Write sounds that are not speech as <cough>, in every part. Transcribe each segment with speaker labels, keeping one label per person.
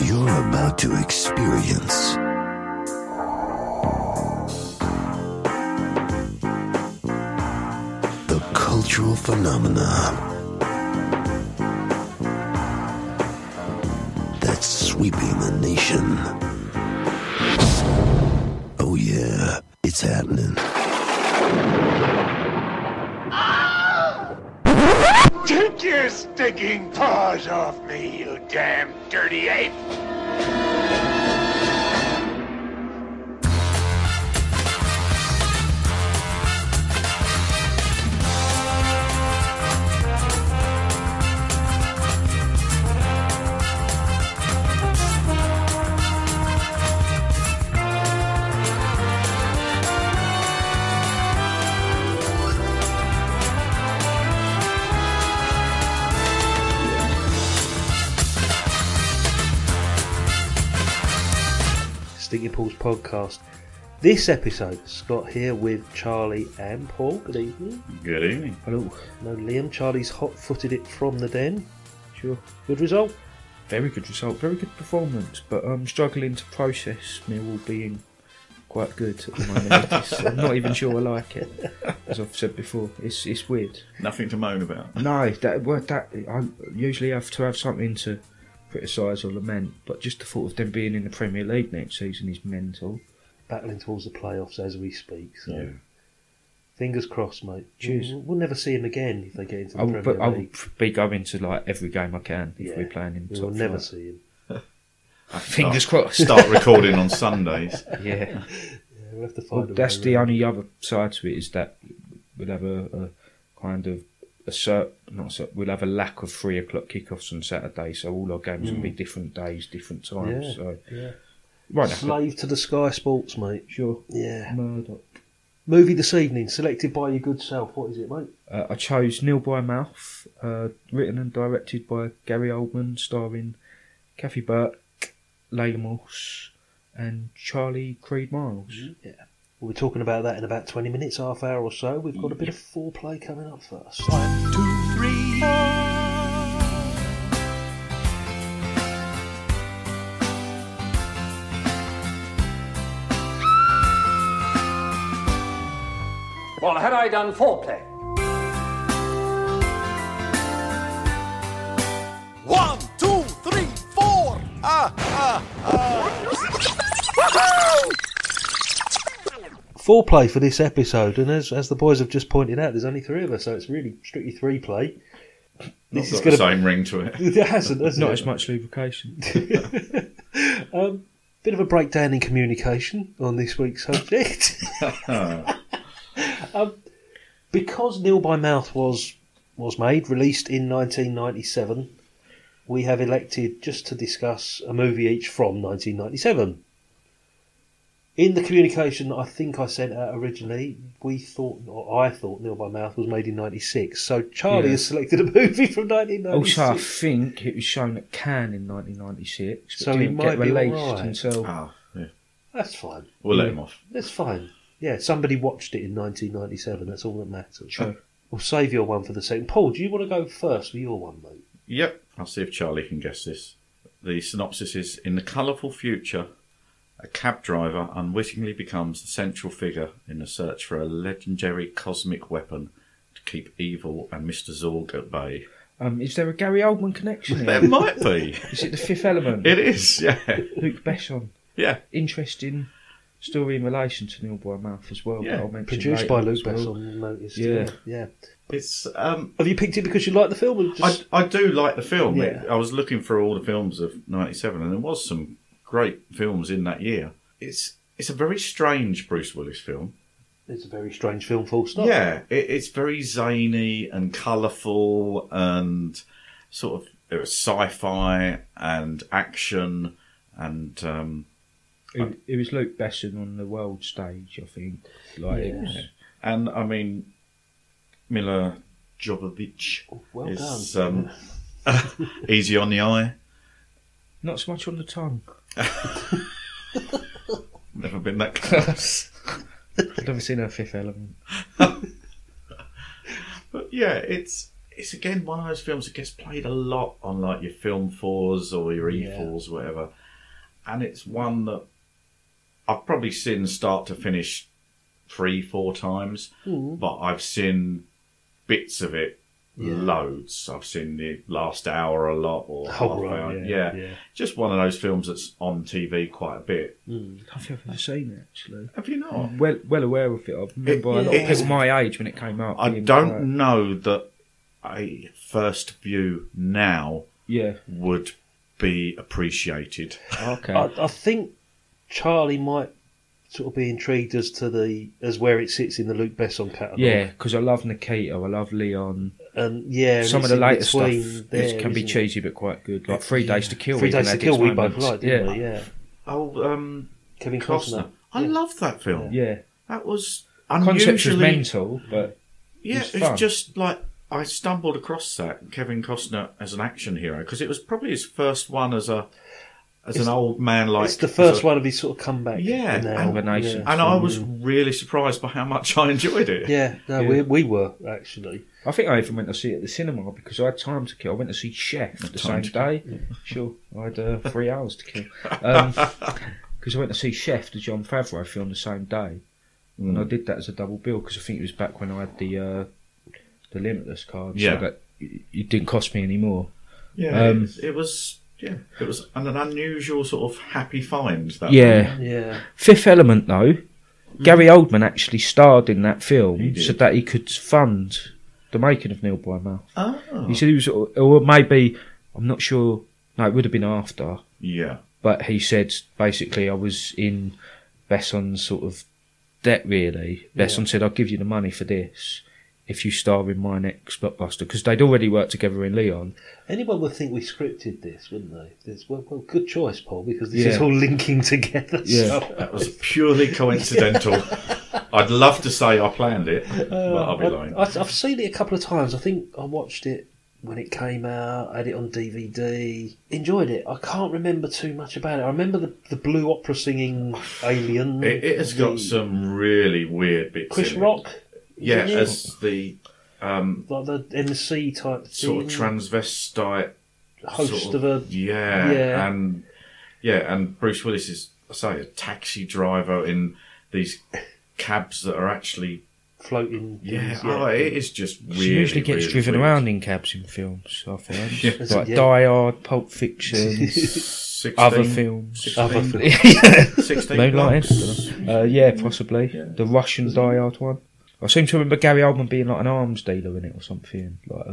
Speaker 1: You're about to experience the cultural phenomena that's sweeping the nation. Oh, yeah, it's happening.
Speaker 2: Take your stinking paws off me, you damn dirty ape!
Speaker 3: Stinking Paul's podcast. This episode, Scott here with Charlie and Paul. Good evening.
Speaker 4: Good evening.
Speaker 3: Hello. No, Liam. Charlie's hot footed it from the den. Sure. Good result.
Speaker 4: Very good result. Very good performance, but I'm struggling to process Millwall being quite good at the moment.
Speaker 3: <laughs>
Speaker 4: It's- I'm not even sure I like it, as I've said before. It's it's weird.
Speaker 5: Nothing to moan about.
Speaker 4: No, that well, that I usually have to have something to criticise or lament, but just the thought of them being in the Premier League next season is mental.
Speaker 3: Battling towards the playoffs as we speak. So
Speaker 5: Yeah.
Speaker 3: fingers crossed, mate.
Speaker 4: Cheers.
Speaker 3: We'll, we'll never see him again if they get into the
Speaker 4: I will,
Speaker 3: Premier
Speaker 4: but I will
Speaker 3: League.
Speaker 4: be going to like every game I can if
Speaker 3: Yeah.
Speaker 4: we're playing in the
Speaker 3: We'll
Speaker 4: top
Speaker 3: never
Speaker 4: flight.
Speaker 3: see him.
Speaker 4: <laughs> Fingers
Speaker 5: <laughs>
Speaker 4: crossed.
Speaker 5: Start recording on Sundays.
Speaker 4: yeah.
Speaker 3: Yeah, we'll have to find
Speaker 4: Well,
Speaker 3: a way
Speaker 4: that's the
Speaker 3: around.
Speaker 4: only other side to it is that we'll have a, a kind of a cert, not a cert, we'll have a lack of three o'clock kickoffs on Saturday, so all our games will be different days, different times.
Speaker 3: Hmm. Yeah.
Speaker 4: So
Speaker 3: Yeah.
Speaker 4: right, now,
Speaker 3: Slave to the Sky Sports, mate.
Speaker 4: sure,
Speaker 3: Yeah.
Speaker 4: Murdoch.
Speaker 3: Movie this evening, selected by your good self. What is it, mate?
Speaker 4: Uh, I chose Nil by Mouth, uh, written and directed by Gary Oldman, starring Kathy Burke, Leigh Morse, and Charlie Creed Miles.
Speaker 3: Yeah. We'll be talking about that in about 20 minutes, half hour or so. We've got a bit of foreplay coming up first.
Speaker 6: Well, had I done foreplay?
Speaker 7: One, two, three, four. Ah, ah, ah. Woohoo!
Speaker 3: Foreplay for this episode, and as, as the boys have just pointed out, there's only three of us, so it's really strictly three play. <laughs>
Speaker 5: <laughs>
Speaker 3: This
Speaker 5: This got
Speaker 3: is
Speaker 5: the
Speaker 3: going
Speaker 5: same ring to <laughs> it.
Speaker 3: to. It hasn't, has
Speaker 4: Not
Speaker 3: it?
Speaker 4: as much lubrication.
Speaker 3: Um, bit of a breakdown in communication on this week's subject. um, because Nil by Mouth was was made, released in 1997, we have elected just to discuss a movie each from 1997. In the communication that I think I sent out originally, we thought, or I thought, Nil by Mouth was made in 96. So Charlie
Speaker 4: Yeah.
Speaker 3: has selected a <laughs> movie from 1996.
Speaker 4: Also, Oh, I think it was shown at Cannes in 1996, but
Speaker 3: So it
Speaker 4: didn't
Speaker 3: might
Speaker 4: get
Speaker 3: be all
Speaker 4: released
Speaker 3: right.
Speaker 4: until
Speaker 5: Oh, yeah.
Speaker 3: That's fine.
Speaker 5: We'll let him off.
Speaker 3: That's fine. Yeah, somebody watched it in 1997. That's all that matters.
Speaker 4: True.
Speaker 3: We'll save your one for the second. Paul, do you want to go first with your one, mate?
Speaker 5: Yep. I'll see if Charlie can guess this. The synopsis is In the colourful future, a cab driver unwittingly becomes the central figure in the search for a legendary cosmic weapon to keep evil and Mr. Zorg at <laughs> bay.
Speaker 4: Um, is there a Gary Oldman connection
Speaker 5: There
Speaker 4: here?
Speaker 5: might be.
Speaker 4: is it the
Speaker 3: <laughs>
Speaker 4: fifth element?
Speaker 5: It is, yeah.
Speaker 4: Luke Besson.
Speaker 5: Yeah.
Speaker 4: Interesting story in relation to Neil by Mouth as well.
Speaker 5: Yeah.
Speaker 4: that I'll mention
Speaker 3: Produced
Speaker 4: later
Speaker 3: by Luke
Speaker 4: as well.
Speaker 3: Besson, you noticed.
Speaker 4: Yeah.
Speaker 3: yeah.
Speaker 5: It's um
Speaker 3: Have you picked it because you like the film? Or just...
Speaker 5: I, I do like the film.
Speaker 3: Yeah.
Speaker 5: I was looking for all the films of '97, and there was some great films in that year. It's it's a very strange Bruce Willis film.
Speaker 3: It's a very strange film, full stop.
Speaker 5: Yeah, it, it's very zany and colourful and sort of there was sci-fi and action and um,
Speaker 4: It, it was Luke Besson on the world stage, I think. Like, it was-
Speaker 5: and I mean Miller Jovovich
Speaker 3: Well
Speaker 5: is
Speaker 3: done.
Speaker 5: um,
Speaker 3: <laughs>
Speaker 5: <laughs> easy on the eye.
Speaker 4: not so much on
Speaker 3: <laughs>
Speaker 4: the tongue.
Speaker 5: Never been that close.
Speaker 4: I've never seen a fifth element.
Speaker 5: But yeah, it's it's again one of those films that gets played a lot on like your film fours or your E fours, or whatever. And it's one that I've probably seen start to finish three, four times,
Speaker 3: Hmm.
Speaker 5: but I've seen bits of it loads. I've seen the last hour a lot, or half
Speaker 3: Oh, right,
Speaker 5: hour.
Speaker 3: yeah, yeah.
Speaker 5: just one of those films that's on TV quite a bit.
Speaker 4: I've never seen it actually.
Speaker 5: Have you
Speaker 3: Oh.
Speaker 5: not?
Speaker 3: Mm-hmm.
Speaker 4: I'm well, well aware of it. I remember a lot
Speaker 5: it-
Speaker 4: of people my age when it came out.
Speaker 5: I
Speaker 4: being
Speaker 5: don't
Speaker 4: like-
Speaker 5: know that a first view now
Speaker 4: yeah.
Speaker 5: would be appreciated.
Speaker 4: Okay.
Speaker 3: I, I think Charlie might sort of be intrigued as to the as where it sits in the Luke Besson catalogue.
Speaker 4: yeah, because I love Nikita. I love Leon.
Speaker 3: and yeah,
Speaker 4: Some of
Speaker 3: it's
Speaker 4: the
Speaker 3: in
Speaker 4: later stuff
Speaker 3: between
Speaker 4: is-
Speaker 3: there,
Speaker 4: can be
Speaker 3: isn't it?
Speaker 4: cheesy but quite good. Like Three Days to Kill.
Speaker 3: Three
Speaker 4: even
Speaker 3: days to
Speaker 4: had
Speaker 3: kill,
Speaker 4: its
Speaker 3: we both
Speaker 4: moments.
Speaker 3: liked,
Speaker 4: yeah.
Speaker 3: didn't we? Yeah,
Speaker 5: Oh, um,
Speaker 3: Kevin
Speaker 5: Costner.
Speaker 3: Costner.
Speaker 5: I love that film.
Speaker 4: Yeah.
Speaker 5: That was
Speaker 4: Concepts was
Speaker 5: unusually.
Speaker 4: mental, but
Speaker 5: yeah,
Speaker 4: It's
Speaker 5: it's,
Speaker 4: fun.
Speaker 5: just like I stumbled across that Kevin Costner as an action hero because it was probably his first one as a as an old man like.
Speaker 3: it's the
Speaker 5: as
Speaker 3: first
Speaker 5: a-
Speaker 3: one of his sort of comeback.
Speaker 5: Yeah,
Speaker 3: now.
Speaker 4: combination.
Speaker 5: and I was really surprised by how much I enjoyed it.
Speaker 3: Yeah, no,
Speaker 4: Yeah.
Speaker 3: We, we were actually.
Speaker 4: I think I even went to see it at the cinema because I had time to kill. I went to see Chef the
Speaker 5: Time
Speaker 4: same
Speaker 5: to
Speaker 4: day. Sure, I had uh, three hours to kill.
Speaker 3: <laughs>
Speaker 4: Because I went to see Chef, the John Favreau film, the same day. And
Speaker 3: Mm.
Speaker 4: I did that as a double bill because I think it was back when I had the uh, the Limitless card.
Speaker 5: Yeah.
Speaker 4: So that it it didn't cost me any more.
Speaker 5: Yeah,
Speaker 4: Um,
Speaker 5: it, it was. Yeah, it was an, an unusual sort of happy find. That
Speaker 4: Yeah.
Speaker 3: Yeah,
Speaker 4: Fifth Element, though, Gary Oldman actually starred in that
Speaker 5: Hmm. He
Speaker 4: film
Speaker 5: did.
Speaker 4: so that he could fund the making of Neil by Mouth.
Speaker 5: one. Oh.
Speaker 4: He said he was, or maybe, I'm not sure. No, it would have been after.
Speaker 5: Yeah.
Speaker 4: but he said basically I was in Besson's sort of debt really. Besson said, "I'll give you the money for this if you star in my next blockbuster," because they'd already worked together in Leon.
Speaker 3: anyone would think we scripted this, wouldn't they? This, well, well, good choice, Paul, because this
Speaker 4: Yeah.
Speaker 3: is all linking together.
Speaker 4: Yeah.
Speaker 3: so-
Speaker 5: That was purely
Speaker 3: <laughs>
Speaker 5: coincidental. I'd love to say I planned it, but I'll be lying.
Speaker 3: Uh, I, have seen it a couple of times. I think I watched it when it came out, had it on DVD, enjoyed it. I can't remember too much about it. I remember the, the blue opera singing alien.
Speaker 5: It, it has
Speaker 3: the-
Speaker 5: got some really weird bits.
Speaker 3: Chris
Speaker 5: in it.
Speaker 3: Rock,
Speaker 5: yeah,
Speaker 3: yeah.
Speaker 5: as the um,
Speaker 3: like the MC type
Speaker 5: sort of
Speaker 3: thing,
Speaker 5: transvestite
Speaker 3: host
Speaker 5: sort
Speaker 3: of, a.
Speaker 5: yeah,
Speaker 3: yeah.
Speaker 5: and yeah, and Bruce Willis is, I say, a taxi driver in these cabs that are actually
Speaker 3: floating.
Speaker 5: yeah.
Speaker 3: things,
Speaker 5: Oh, it is just weird.
Speaker 4: she usually gets driven around in cabs in films.
Speaker 5: <laughs>
Speaker 4: I find like
Speaker 3: Yeah.
Speaker 4: Die Hard, Pulp Fiction,
Speaker 5: 16,
Speaker 4: other films.
Speaker 3: Other
Speaker 5: Sixteen-
Speaker 3: films.
Speaker 5: sixteen
Speaker 4: Moonlighting.
Speaker 5: blocks.
Speaker 4: Uh, yeah, possibly the Russian Die Hard one. I seem to remember Gary Oldman being like an arms dealer in it or something. Like,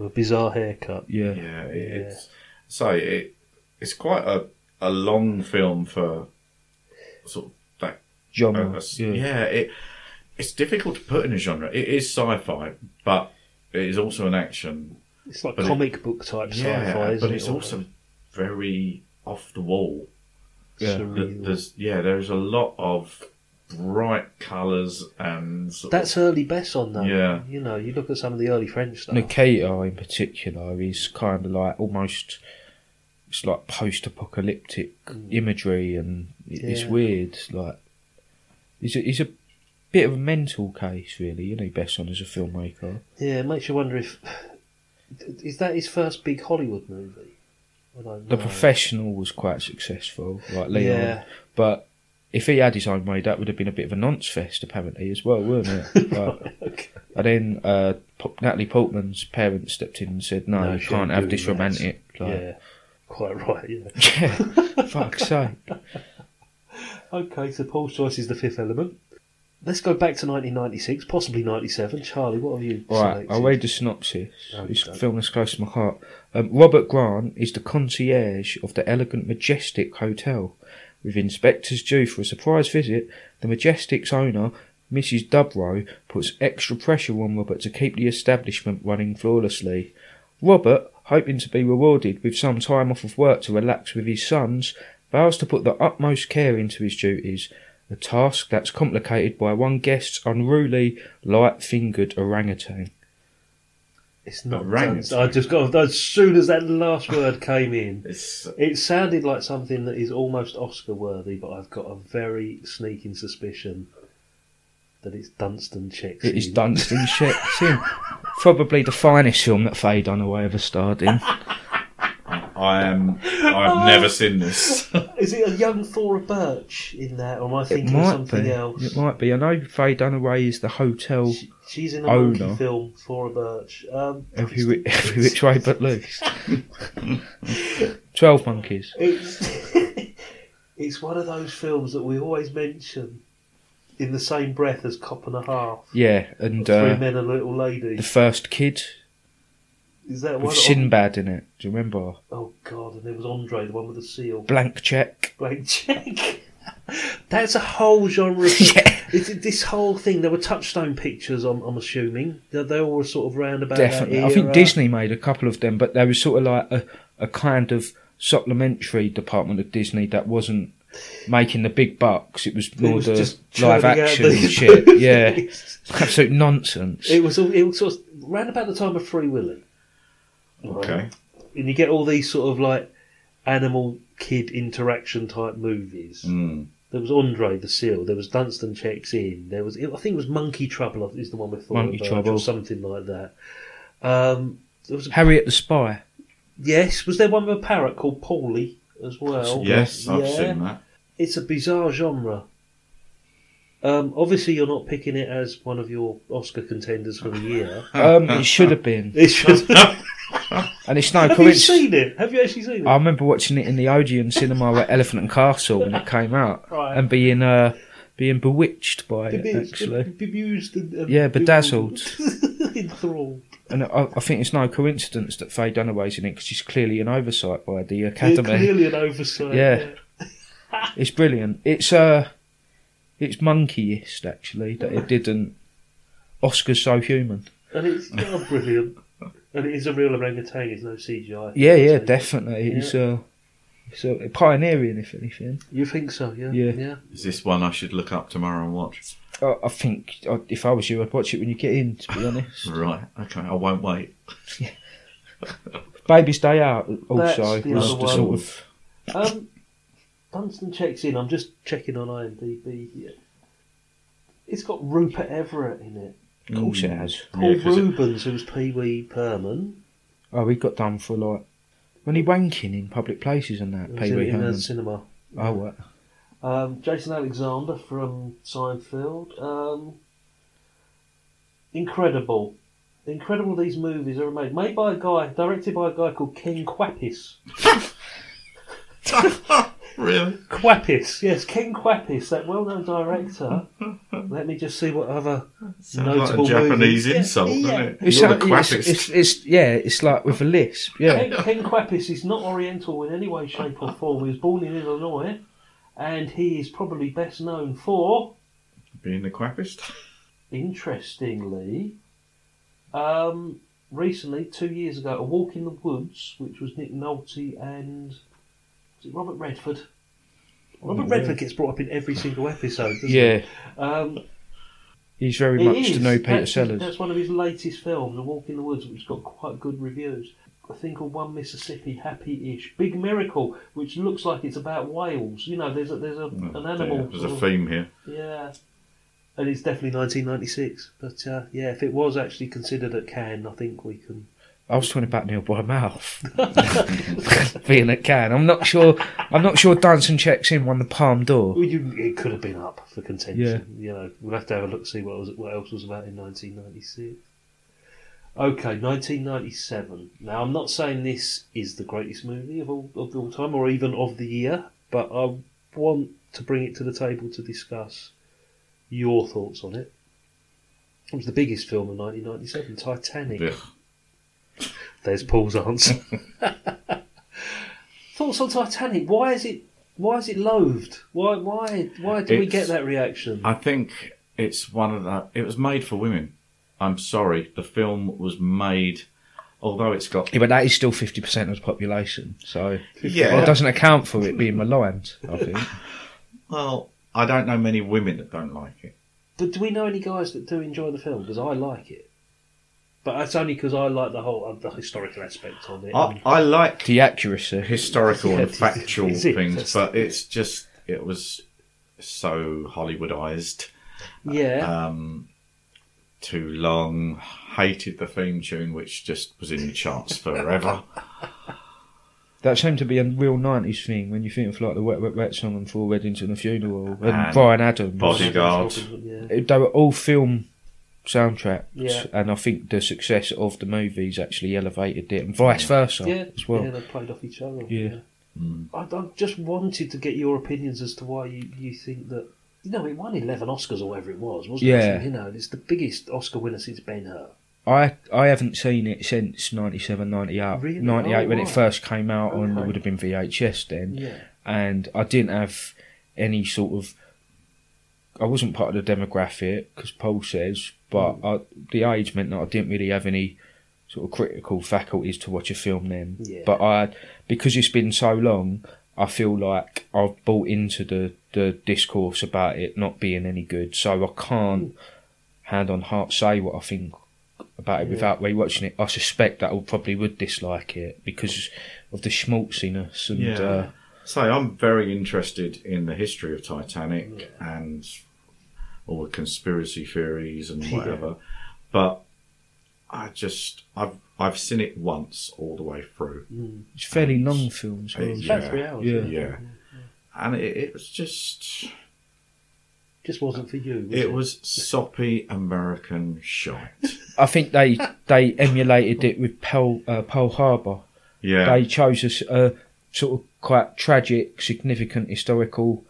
Speaker 4: uh,
Speaker 3: a bizarre haircut.
Speaker 4: yeah,
Speaker 5: Yeah, it's so it it's quite a a long film for sort of that
Speaker 3: Oh,
Speaker 4: genre.
Speaker 5: Oh, yeah. it it's difficult to put in a genre. It is sci-fi, but it is also an action.
Speaker 3: It's like
Speaker 5: But it-
Speaker 3: comic book type sci-fi,
Speaker 5: Yeah,
Speaker 3: isn't
Speaker 5: but
Speaker 3: it?
Speaker 5: it's also very off the wall.
Speaker 4: yeah.
Speaker 5: Th-
Speaker 3: surreal.
Speaker 5: There's yeah, there's a lot of bright colours and sort
Speaker 3: That's early Besson, though.
Speaker 5: Yeah.
Speaker 3: You know, you look at some of the early French stuff.
Speaker 4: Nikita in particular is kind of like almost it's like post-apocalyptic imagery and it- it's
Speaker 3: Yeah.
Speaker 4: weird like he's a, he's a bit of a mental case really you know Besson as a filmmaker
Speaker 3: Yeah, it makes you wonder if is that his first big Hollywood movie. I don't
Speaker 4: The
Speaker 3: know.
Speaker 4: Professional was quite successful like Leon
Speaker 3: Yeah.
Speaker 4: but if he had his own way that would have been a bit of a nonce fest apparently as well wouldn't
Speaker 3: <laughs>
Speaker 4: it like,
Speaker 3: Okay.
Speaker 4: and then uh, P- Natalie Portman's parents stepped in and said no,
Speaker 3: No,
Speaker 4: you
Speaker 3: she
Speaker 4: can't
Speaker 3: ain't
Speaker 4: have
Speaker 3: doing
Speaker 4: this
Speaker 3: that."
Speaker 4: romantic like,
Speaker 3: Yeah, quite right. Yeah.
Speaker 4: <laughs> yeah fuck's
Speaker 3: <laughs>
Speaker 4: sake
Speaker 3: Okay, so Paul's choice is the Fifth Element. Let's go back to 1996, possibly 97. Charlie, what have you
Speaker 4: Right, I'll
Speaker 3: selected?
Speaker 4: read the synopsis.
Speaker 3: Oh,
Speaker 4: this
Speaker 3: don't.
Speaker 4: film is close to my heart. Um, Robert Grant is the concierge of the elegant Majestic Hotel. With inspectors due for a surprise visit, the Majestic's owner, Mrs. Dubrow, puts extra pressure on Robert to keep the establishment running flawlessly. Robert, hoping to be rewarded with some time off of work to relax with his sons, vows to put the utmost care into his duties, a task that's complicated by one guest's unruly, light fingered orangutan.
Speaker 3: It's not.
Speaker 5: Orangutan.
Speaker 3: I just got as soon as that last word came in.
Speaker 5: of, it's
Speaker 3: It sounded like something that is almost Oscar worthy, but I've got a very sneaking suspicion that it's Dunstan Chicks.
Speaker 4: It is Dunstan Shetson. probably the finest film that Faye Dunaway ever starred in.
Speaker 5: I am.
Speaker 3: <laughs>
Speaker 5: I've never seen this.
Speaker 3: Is it a young Thora Birch in that, or am I
Speaker 4: it
Speaker 3: thinking of
Speaker 4: might
Speaker 3: something
Speaker 4: be.
Speaker 3: else?
Speaker 4: It might be. I know Faye Dunaway is the hotel
Speaker 3: She- She's in a
Speaker 4: Oh,
Speaker 3: monkey
Speaker 4: no.
Speaker 3: film, Thora Birch. Um,
Speaker 4: every, wi- <laughs> every which way
Speaker 3: <laughs>
Speaker 4: but loose. Twelve monkeys.
Speaker 3: It's <laughs> it's one of those films that we always mention in the same breath as Cop and a Half,
Speaker 4: Yeah, and
Speaker 3: Three
Speaker 4: uh,
Speaker 3: Men and a Little Lady.
Speaker 4: the first kid
Speaker 3: Is that one?
Speaker 4: with Sinbad in it. Do you remember?
Speaker 3: Oh God! And there was Andre, the one with the seal.
Speaker 4: Blank
Speaker 3: <laughs>
Speaker 4: check.
Speaker 3: Blank check. <laughs> That's a whole
Speaker 4: <laughs>
Speaker 3: genre. Of
Speaker 4: Yeah.
Speaker 3: It's, this whole thing. There were touchstone pictures. I'm, I'm assuming that they all were sort of round about. that
Speaker 4: Definitely. I think
Speaker 3: era.
Speaker 4: Disney made a couple of them, but they were sort of like a, a kind of supplementary department of Disney that wasn't making the big bucks. It was more
Speaker 3: was
Speaker 4: the
Speaker 3: just
Speaker 4: uh, live
Speaker 3: churning out
Speaker 4: action
Speaker 3: <laughs> the-
Speaker 4: shit. Yeah. Absolute nonsense.
Speaker 3: It was all- it was sort of round about the time of Free Willy.
Speaker 5: Okay.
Speaker 3: and you get all these sort of like animal kid interaction type movies.
Speaker 5: Mm.
Speaker 3: There was Andre the Seal. There was Dunstan checks in. There was I think it was Monkey Trouble is the one with Thor
Speaker 4: Monkey
Speaker 3: Birch
Speaker 4: Trouble.
Speaker 3: or something like that. Um, there was a,
Speaker 4: Harriet the Spy.
Speaker 3: yes, was there one with a parrot called Paulie as well?
Speaker 5: Yes, I've
Speaker 3: Yeah.
Speaker 5: seen that.
Speaker 3: It's a bizarre genre. Um, obviously, you're not picking it as one of your Oscar contenders for the
Speaker 4: <laughs>
Speaker 3: year.
Speaker 4: Um, it should have been.
Speaker 3: It should- have
Speaker 4: And it's no
Speaker 3: you
Speaker 4: coincidence.
Speaker 3: seen it? Have you actually seen it?
Speaker 4: I remember watching it in the Odeon cinema at Elephant and Castle when it came out,
Speaker 3: Right.
Speaker 4: and being uh, being bewitched by it
Speaker 3: Bemused-
Speaker 4: actually.
Speaker 3: bemused and, and
Speaker 4: Yeah, bedazzled.
Speaker 3: <laughs> bewildered. enthralled.
Speaker 4: And I, I think it's no coincidence that Faye Dunaway's in it because she's clearly an oversight by the Academy.
Speaker 3: Yeah, clearly an oversight.
Speaker 4: Yeah. It's brilliant. It's uh, it's monkeyist actually that it didn't. Oscar's so human.
Speaker 3: and it's
Speaker 5: <laughs>
Speaker 3: oh, brilliant. And it is a real orangutan. It's no CGI.
Speaker 4: Yeah, yeah,
Speaker 3: So-
Speaker 4: definitely. It's uh, it's uh, pioneering if anything.
Speaker 3: You think so? Yeah,
Speaker 4: Yeah.
Speaker 5: Is this one I should look up tomorrow and watch?
Speaker 4: I, I think I, if I was you, I'd watch it when you get in. To be
Speaker 3: <laughs>
Speaker 4: honest,
Speaker 5: Right. Okay. I won't wait.
Speaker 4: Baby's Day Out uh, also
Speaker 3: That's the
Speaker 4: was
Speaker 3: other
Speaker 4: the
Speaker 3: one.
Speaker 4: sort of
Speaker 3: Um, Dunstan checks in. I'm just checking on IMDb here. It's got Rupert Everett in it.
Speaker 4: Of course it has.
Speaker 3: Paul
Speaker 5: Yeah, 'cause it-
Speaker 3: Rubens, who's Pee Wee Perman,
Speaker 4: Oh, he got done for like when he wanking in public places and that.
Speaker 3: who's
Speaker 4: Pee
Speaker 3: in,
Speaker 4: Wee
Speaker 3: it in the
Speaker 4: Herman.
Speaker 3: cinema.
Speaker 4: Oh, what?
Speaker 3: Um, Jason Alexander from Seinfeld. Um, incredible. Incredible these movies are made. Made by a guy, directed by a guy called Ken Quapis.
Speaker 5: <laughs> Really?
Speaker 3: Quapis, yes, Ken Quapis, that well known
Speaker 5: <laughs>
Speaker 3: director. Let me just see what other
Speaker 5: Sounds like a
Speaker 3: notable
Speaker 5: Japanese
Speaker 3: movies. Yeah,
Speaker 5: insult,
Speaker 3: yeah.
Speaker 5: doesn't it? You're the
Speaker 4: it's,
Speaker 5: quackest.
Speaker 4: it's, it's- yeah, it's like with a lisp. Yeah,
Speaker 3: Ken, Ken Quapis is not Oriental in any way, shape, or form. He was born in Illinois, and he is probably best known for
Speaker 5: Being the quackest.
Speaker 3: interestingly, um, recently, two years ago, A Walk in the Woods, which was Nick Nolte and was it Robert Redford. Robert Redford gets brought up in every single episode. Doesn't
Speaker 4: Mm, yeah.
Speaker 3: he? um,
Speaker 4: He's very
Speaker 3: it
Speaker 4: much
Speaker 3: is.
Speaker 4: the new Peter
Speaker 3: that's,
Speaker 4: Sellers.
Speaker 3: That's one of his latest films, A Walk in the Woods, which got quite good reviews. I think called One Mississippi Happy-ish, Big Miracle, which looks like it's about whales. You know, there's a, there's a, an animal.
Speaker 5: Mm, Yeah, Oh, There's
Speaker 3: sort
Speaker 5: a
Speaker 3: of-
Speaker 5: theme here.
Speaker 3: yeah. And it's definitely 1996. But uh, yeah, if it was actually considered at Cannes, I think we can.
Speaker 4: I was talking about Neil by mouth <laughs> being at Cannes. I'm not sure. I'm not sure. Danson checks in won the Palm d'Or.
Speaker 3: Well, you, it could have been up for contention. You know, we'll have to have a look, see what was what else was about in 1996. Okay, 1997. Now, I'm not saying this is the greatest movie of all of all time, or even of the year, but I want to bring it to the table to discuss your thoughts on it. It was the biggest film of 1997, Titanic.
Speaker 5: Ugh.
Speaker 3: There's Paul's
Speaker 4: <laughs>
Speaker 3: answer. Thoughts on Titanic? Why is it? Why is it loathed? Why? Why? Why do we
Speaker 5: It's-
Speaker 3: get that reaction?
Speaker 5: I think it's one of the. It was made for women. I'm sorry. The film was made, although it's got.
Speaker 4: Yeah, but that is still fifty percent of the population, so
Speaker 5: Yeah.
Speaker 4: well, it doesn't account for it being maligned. I think.
Speaker 5: Well, I don't know many women that don't like it.
Speaker 3: But do we know any guys that do enjoy the film? Because I like it. But that's only because I like the whole uh, the historical aspect of it.
Speaker 5: I, I like
Speaker 4: The accuracy.
Speaker 5: historical
Speaker 3: Yeah,
Speaker 5: and
Speaker 3: it's-
Speaker 5: factual
Speaker 3: it's
Speaker 5: things,
Speaker 3: interesting.
Speaker 5: but it's just it was so Hollywoodized.
Speaker 3: yeah,
Speaker 5: Um, too long. Hated the theme tune, which just was in the
Speaker 3: <laughs>
Speaker 5: charts forever.
Speaker 4: That seemed to be a real 90s thing when you think of like the Wet Wet Wet song and Four Weddings and a Funeral and,
Speaker 5: And
Speaker 4: Brian Adams.
Speaker 5: Bodyguard.
Speaker 3: Yeah.
Speaker 4: They were all film soundtracks,
Speaker 3: Yeah.
Speaker 4: and I think the success of the movies actually elevated it, and vice versa
Speaker 3: Yeah,
Speaker 4: as well.
Speaker 3: yeah, they played off each other.
Speaker 4: Yeah. Hmm.
Speaker 3: I, I just wanted to get your opinions as to why you, you think that. You know, it won 11 Oscars or whatever it was, wasn't
Speaker 4: Yeah.
Speaker 3: it? You know, it's the biggest Oscar winner since Ben Hur.
Speaker 4: I I haven't seen it since 97, 98.
Speaker 3: Really?
Speaker 4: 98
Speaker 3: Oh,
Speaker 4: when
Speaker 3: right.
Speaker 4: it first came out on
Speaker 3: Okay.
Speaker 4: it would have been VHS then.
Speaker 3: Yeah.
Speaker 4: And I didn't have any sort of I wasn't part of the demographic because Paul says, but I, the age meant that I didn't really have any sort of critical faculties to watch a film then.
Speaker 3: Yeah.
Speaker 4: But I because it's been so long, I feel like I've bought into the the discourse about it not being any good, so I can't hand on heart say what I think about it without rewatching it. I suspect that I probably would dislike it because of the schmaltziness and
Speaker 5: Yeah.
Speaker 4: uh,
Speaker 5: So I'm very interested in the history of Titanic and all the conspiracy theories and whatever, but I just I've I've seen it once all the way through.
Speaker 4: it's fairly long films.
Speaker 5: Hey,
Speaker 4: well.
Speaker 5: yeah.
Speaker 3: About three hours.
Speaker 4: Yeah.
Speaker 3: wasn't it?
Speaker 5: Yeah. And it, it was just,
Speaker 3: Just wasn't for you. Was it,
Speaker 5: it was soppy American shite.
Speaker 4: I think they they emulated it with Pearl, uh, Pearl Harbor.
Speaker 5: Yeah.
Speaker 4: They chose a s- a sort of quite tragic, significant historical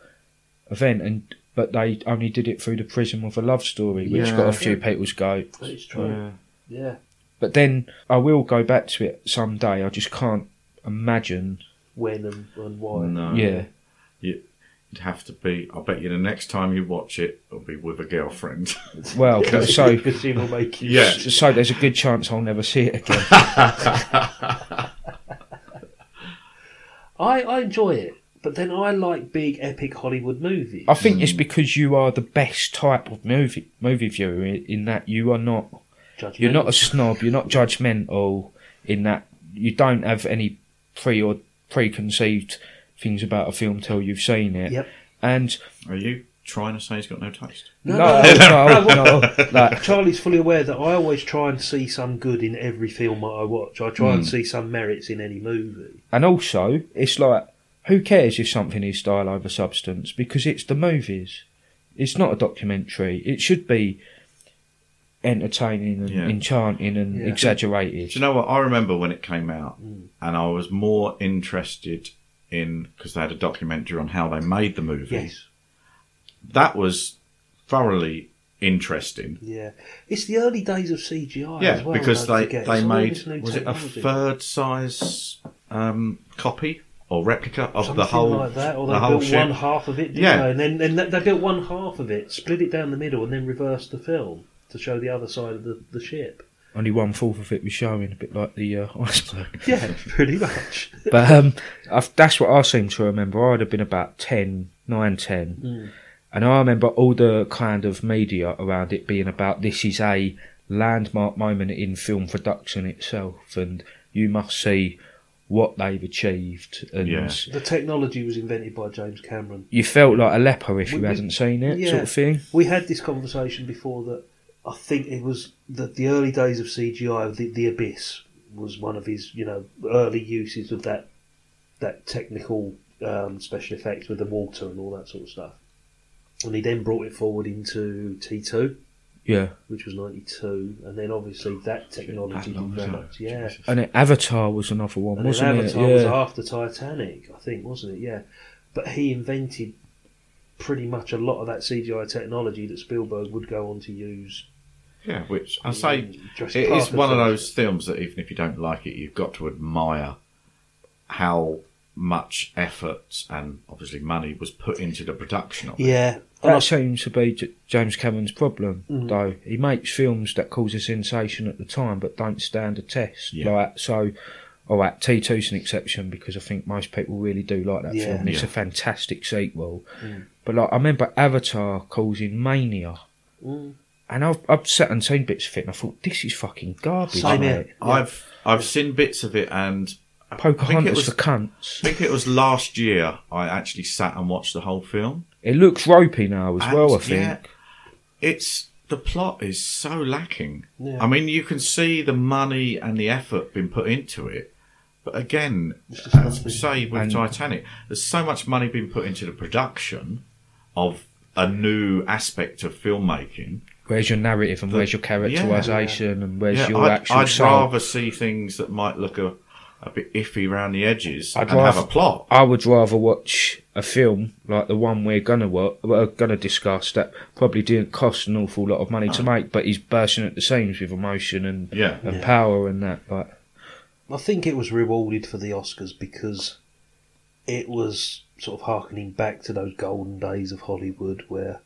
Speaker 4: event, and but they only did it through the prism of a love story, which
Speaker 5: Yeah.
Speaker 4: got a few people's goat.
Speaker 3: It's true.
Speaker 5: yeah.
Speaker 3: Yeah.
Speaker 4: But then I will go back to it someday. I just can't imagine.
Speaker 3: When and, and why. <laughs>
Speaker 5: No.
Speaker 4: yeah,
Speaker 5: It'd have to be, I bet you the next time you watch it, it'll be with a girlfriend. <laughs>
Speaker 4: well, so
Speaker 3: Because it will make you.
Speaker 5: yeah.
Speaker 4: so there's a good chance I'll never see it again.
Speaker 3: I, I enjoy it, but then I like big epic Hollywood movies.
Speaker 5: Oh,
Speaker 4: I think
Speaker 5: Mm.
Speaker 4: it's because you are the best type of movie movie viewer in, in that you are not you're not a snob, you're not judgmental in that you don't have any pre or preconceived things about a film till you've seen it.
Speaker 3: Yep.
Speaker 4: And
Speaker 5: Are you trying to say he's got no taste?
Speaker 4: no, no, no, like,
Speaker 3: <laughs> Charlie's fully aware that I always try and see some good in every film that I watch. I try
Speaker 5: Mm.
Speaker 3: and see some merits in any movie.
Speaker 4: and also it's like who cares if something is style over substance because it's the movies. It's not a documentary. It should be entertaining and
Speaker 5: Yeah.
Speaker 4: enchanting and
Speaker 3: Yeah.
Speaker 4: exaggerated.
Speaker 5: Do you know what? I remember when it came out,
Speaker 3: Mm.
Speaker 5: and I was more interested in because they had a documentary on how they made the movie.
Speaker 3: Yes.
Speaker 5: That was thoroughly interesting.
Speaker 3: Yeah. It's the early days of CGI
Speaker 5: yeah,
Speaker 3: as well.
Speaker 5: because
Speaker 3: don't
Speaker 5: they
Speaker 3: forget.
Speaker 5: they
Speaker 3: It's all
Speaker 5: made
Speaker 3: this new
Speaker 5: was it a
Speaker 3: technology.
Speaker 5: third size um, copy or replica of
Speaker 3: Something
Speaker 5: the whole
Speaker 3: like that, or
Speaker 5: the
Speaker 3: they
Speaker 5: whole
Speaker 3: built
Speaker 5: ship?
Speaker 3: one half of it, didn't
Speaker 5: Yeah.
Speaker 3: they? And then, then they- they built one half of it, split it down the middle, and then reversed the film to show the other side of the,
Speaker 5: <laughs>
Speaker 3: the ship.
Speaker 4: Only one fourth of it was showing, a bit like the uh, <laughs> iceberg.
Speaker 3: Yeah, pretty much.
Speaker 4: But um, I've, that's what I seem to remember. I'd have been about 10, 9, 10.
Speaker 3: Mm.
Speaker 4: And I remember all the kind of media around it being about this is a landmark moment in film production itself, and you must see what they've achieved. And
Speaker 5: Yeah.
Speaker 3: The technology was invented by James Cameron.
Speaker 4: you felt like a leper if you
Speaker 3: We- we-
Speaker 4: hadn't seen it,
Speaker 3: yeah.
Speaker 4: sort of thing.
Speaker 3: We had this conversation before that I think it was the, the early days of CGI, the, the Abyss was one of his, you know, early uses of that that technical um, special effects with the water and all that sort of stuff. And he then brought it forward into T2,
Speaker 4: Yeah.
Speaker 3: which was 92, and then obviously that technology
Speaker 5: That long, isn't
Speaker 3: developed.
Speaker 5: it?
Speaker 3: Yeah.
Speaker 5: Jesus.
Speaker 4: And then Avatar was another one,
Speaker 3: And
Speaker 4: wasn't
Speaker 3: then Avatar
Speaker 4: it?
Speaker 3: was
Speaker 4: Yeah.
Speaker 3: after Titanic, I think, wasn't it? Yeah. But he invented pretty much a lot of that CGI technology that Spielberg would go on to use.
Speaker 5: Yeah, which I say
Speaker 3: Jurassic
Speaker 5: it
Speaker 3: Park
Speaker 5: is one of
Speaker 3: and
Speaker 5: those films that even if you don't like it, you've got to admire how much effort and obviously money was put into the production of it.
Speaker 3: Yeah. And I-
Speaker 4: That seems to be J- James Cameron's problem,
Speaker 5: Mm.
Speaker 4: though. He makes films that cause a sensation at the time, but don't stand a test.
Speaker 5: Yeah.
Speaker 4: Like so, all right, T2's an exception because I think most people really do like that
Speaker 3: Yeah.
Speaker 4: film. It's a fantastic sequel.
Speaker 5: Mm.
Speaker 4: But like, I remember Avatar causing mania,
Speaker 3: Mm.
Speaker 4: and I've I've sat and seen bits of it, and I thought this is fucking garbage.
Speaker 3: Same
Speaker 4: mate.
Speaker 3: here.
Speaker 5: I've I've seen bits of it and I think it
Speaker 4: Pocahontas
Speaker 5: was-
Speaker 4: for cunts.
Speaker 5: I think it was last year I actually sat and watched the whole film.
Speaker 4: It looks ropey now as
Speaker 5: And,
Speaker 4: well. I think.
Speaker 5: yeah, it's the plot is so lacking.
Speaker 3: Yeah.
Speaker 5: I mean, you can see the money and the effort being put into it, but again,
Speaker 3: It's just
Speaker 5: as we
Speaker 3: nothing.
Speaker 5: say with
Speaker 4: And-
Speaker 5: Titanic, there's so much money being put into the production of a new aspect of filmmaking.
Speaker 4: Where's your narrative and
Speaker 5: The-
Speaker 4: where's your characterisation and where's
Speaker 5: Yeah,
Speaker 4: your
Speaker 5: I'd,
Speaker 4: actual
Speaker 5: I'd
Speaker 4: soul?
Speaker 5: rather see things that might look a, a bit iffy around the edges
Speaker 4: I'd
Speaker 5: and have
Speaker 4: rather-
Speaker 5: a plot.
Speaker 4: I would rather watch a film like the one we're gonna wa we're gonna discuss that probably didn't cost an awful lot of money to make, but is bursting at the seams with emotion and
Speaker 5: Yeah.
Speaker 4: and
Speaker 3: Yeah.
Speaker 4: power and that. Like,
Speaker 3: I think it was rewarded for the Oscars because it was sort of harkening back to those golden days of Hollywood where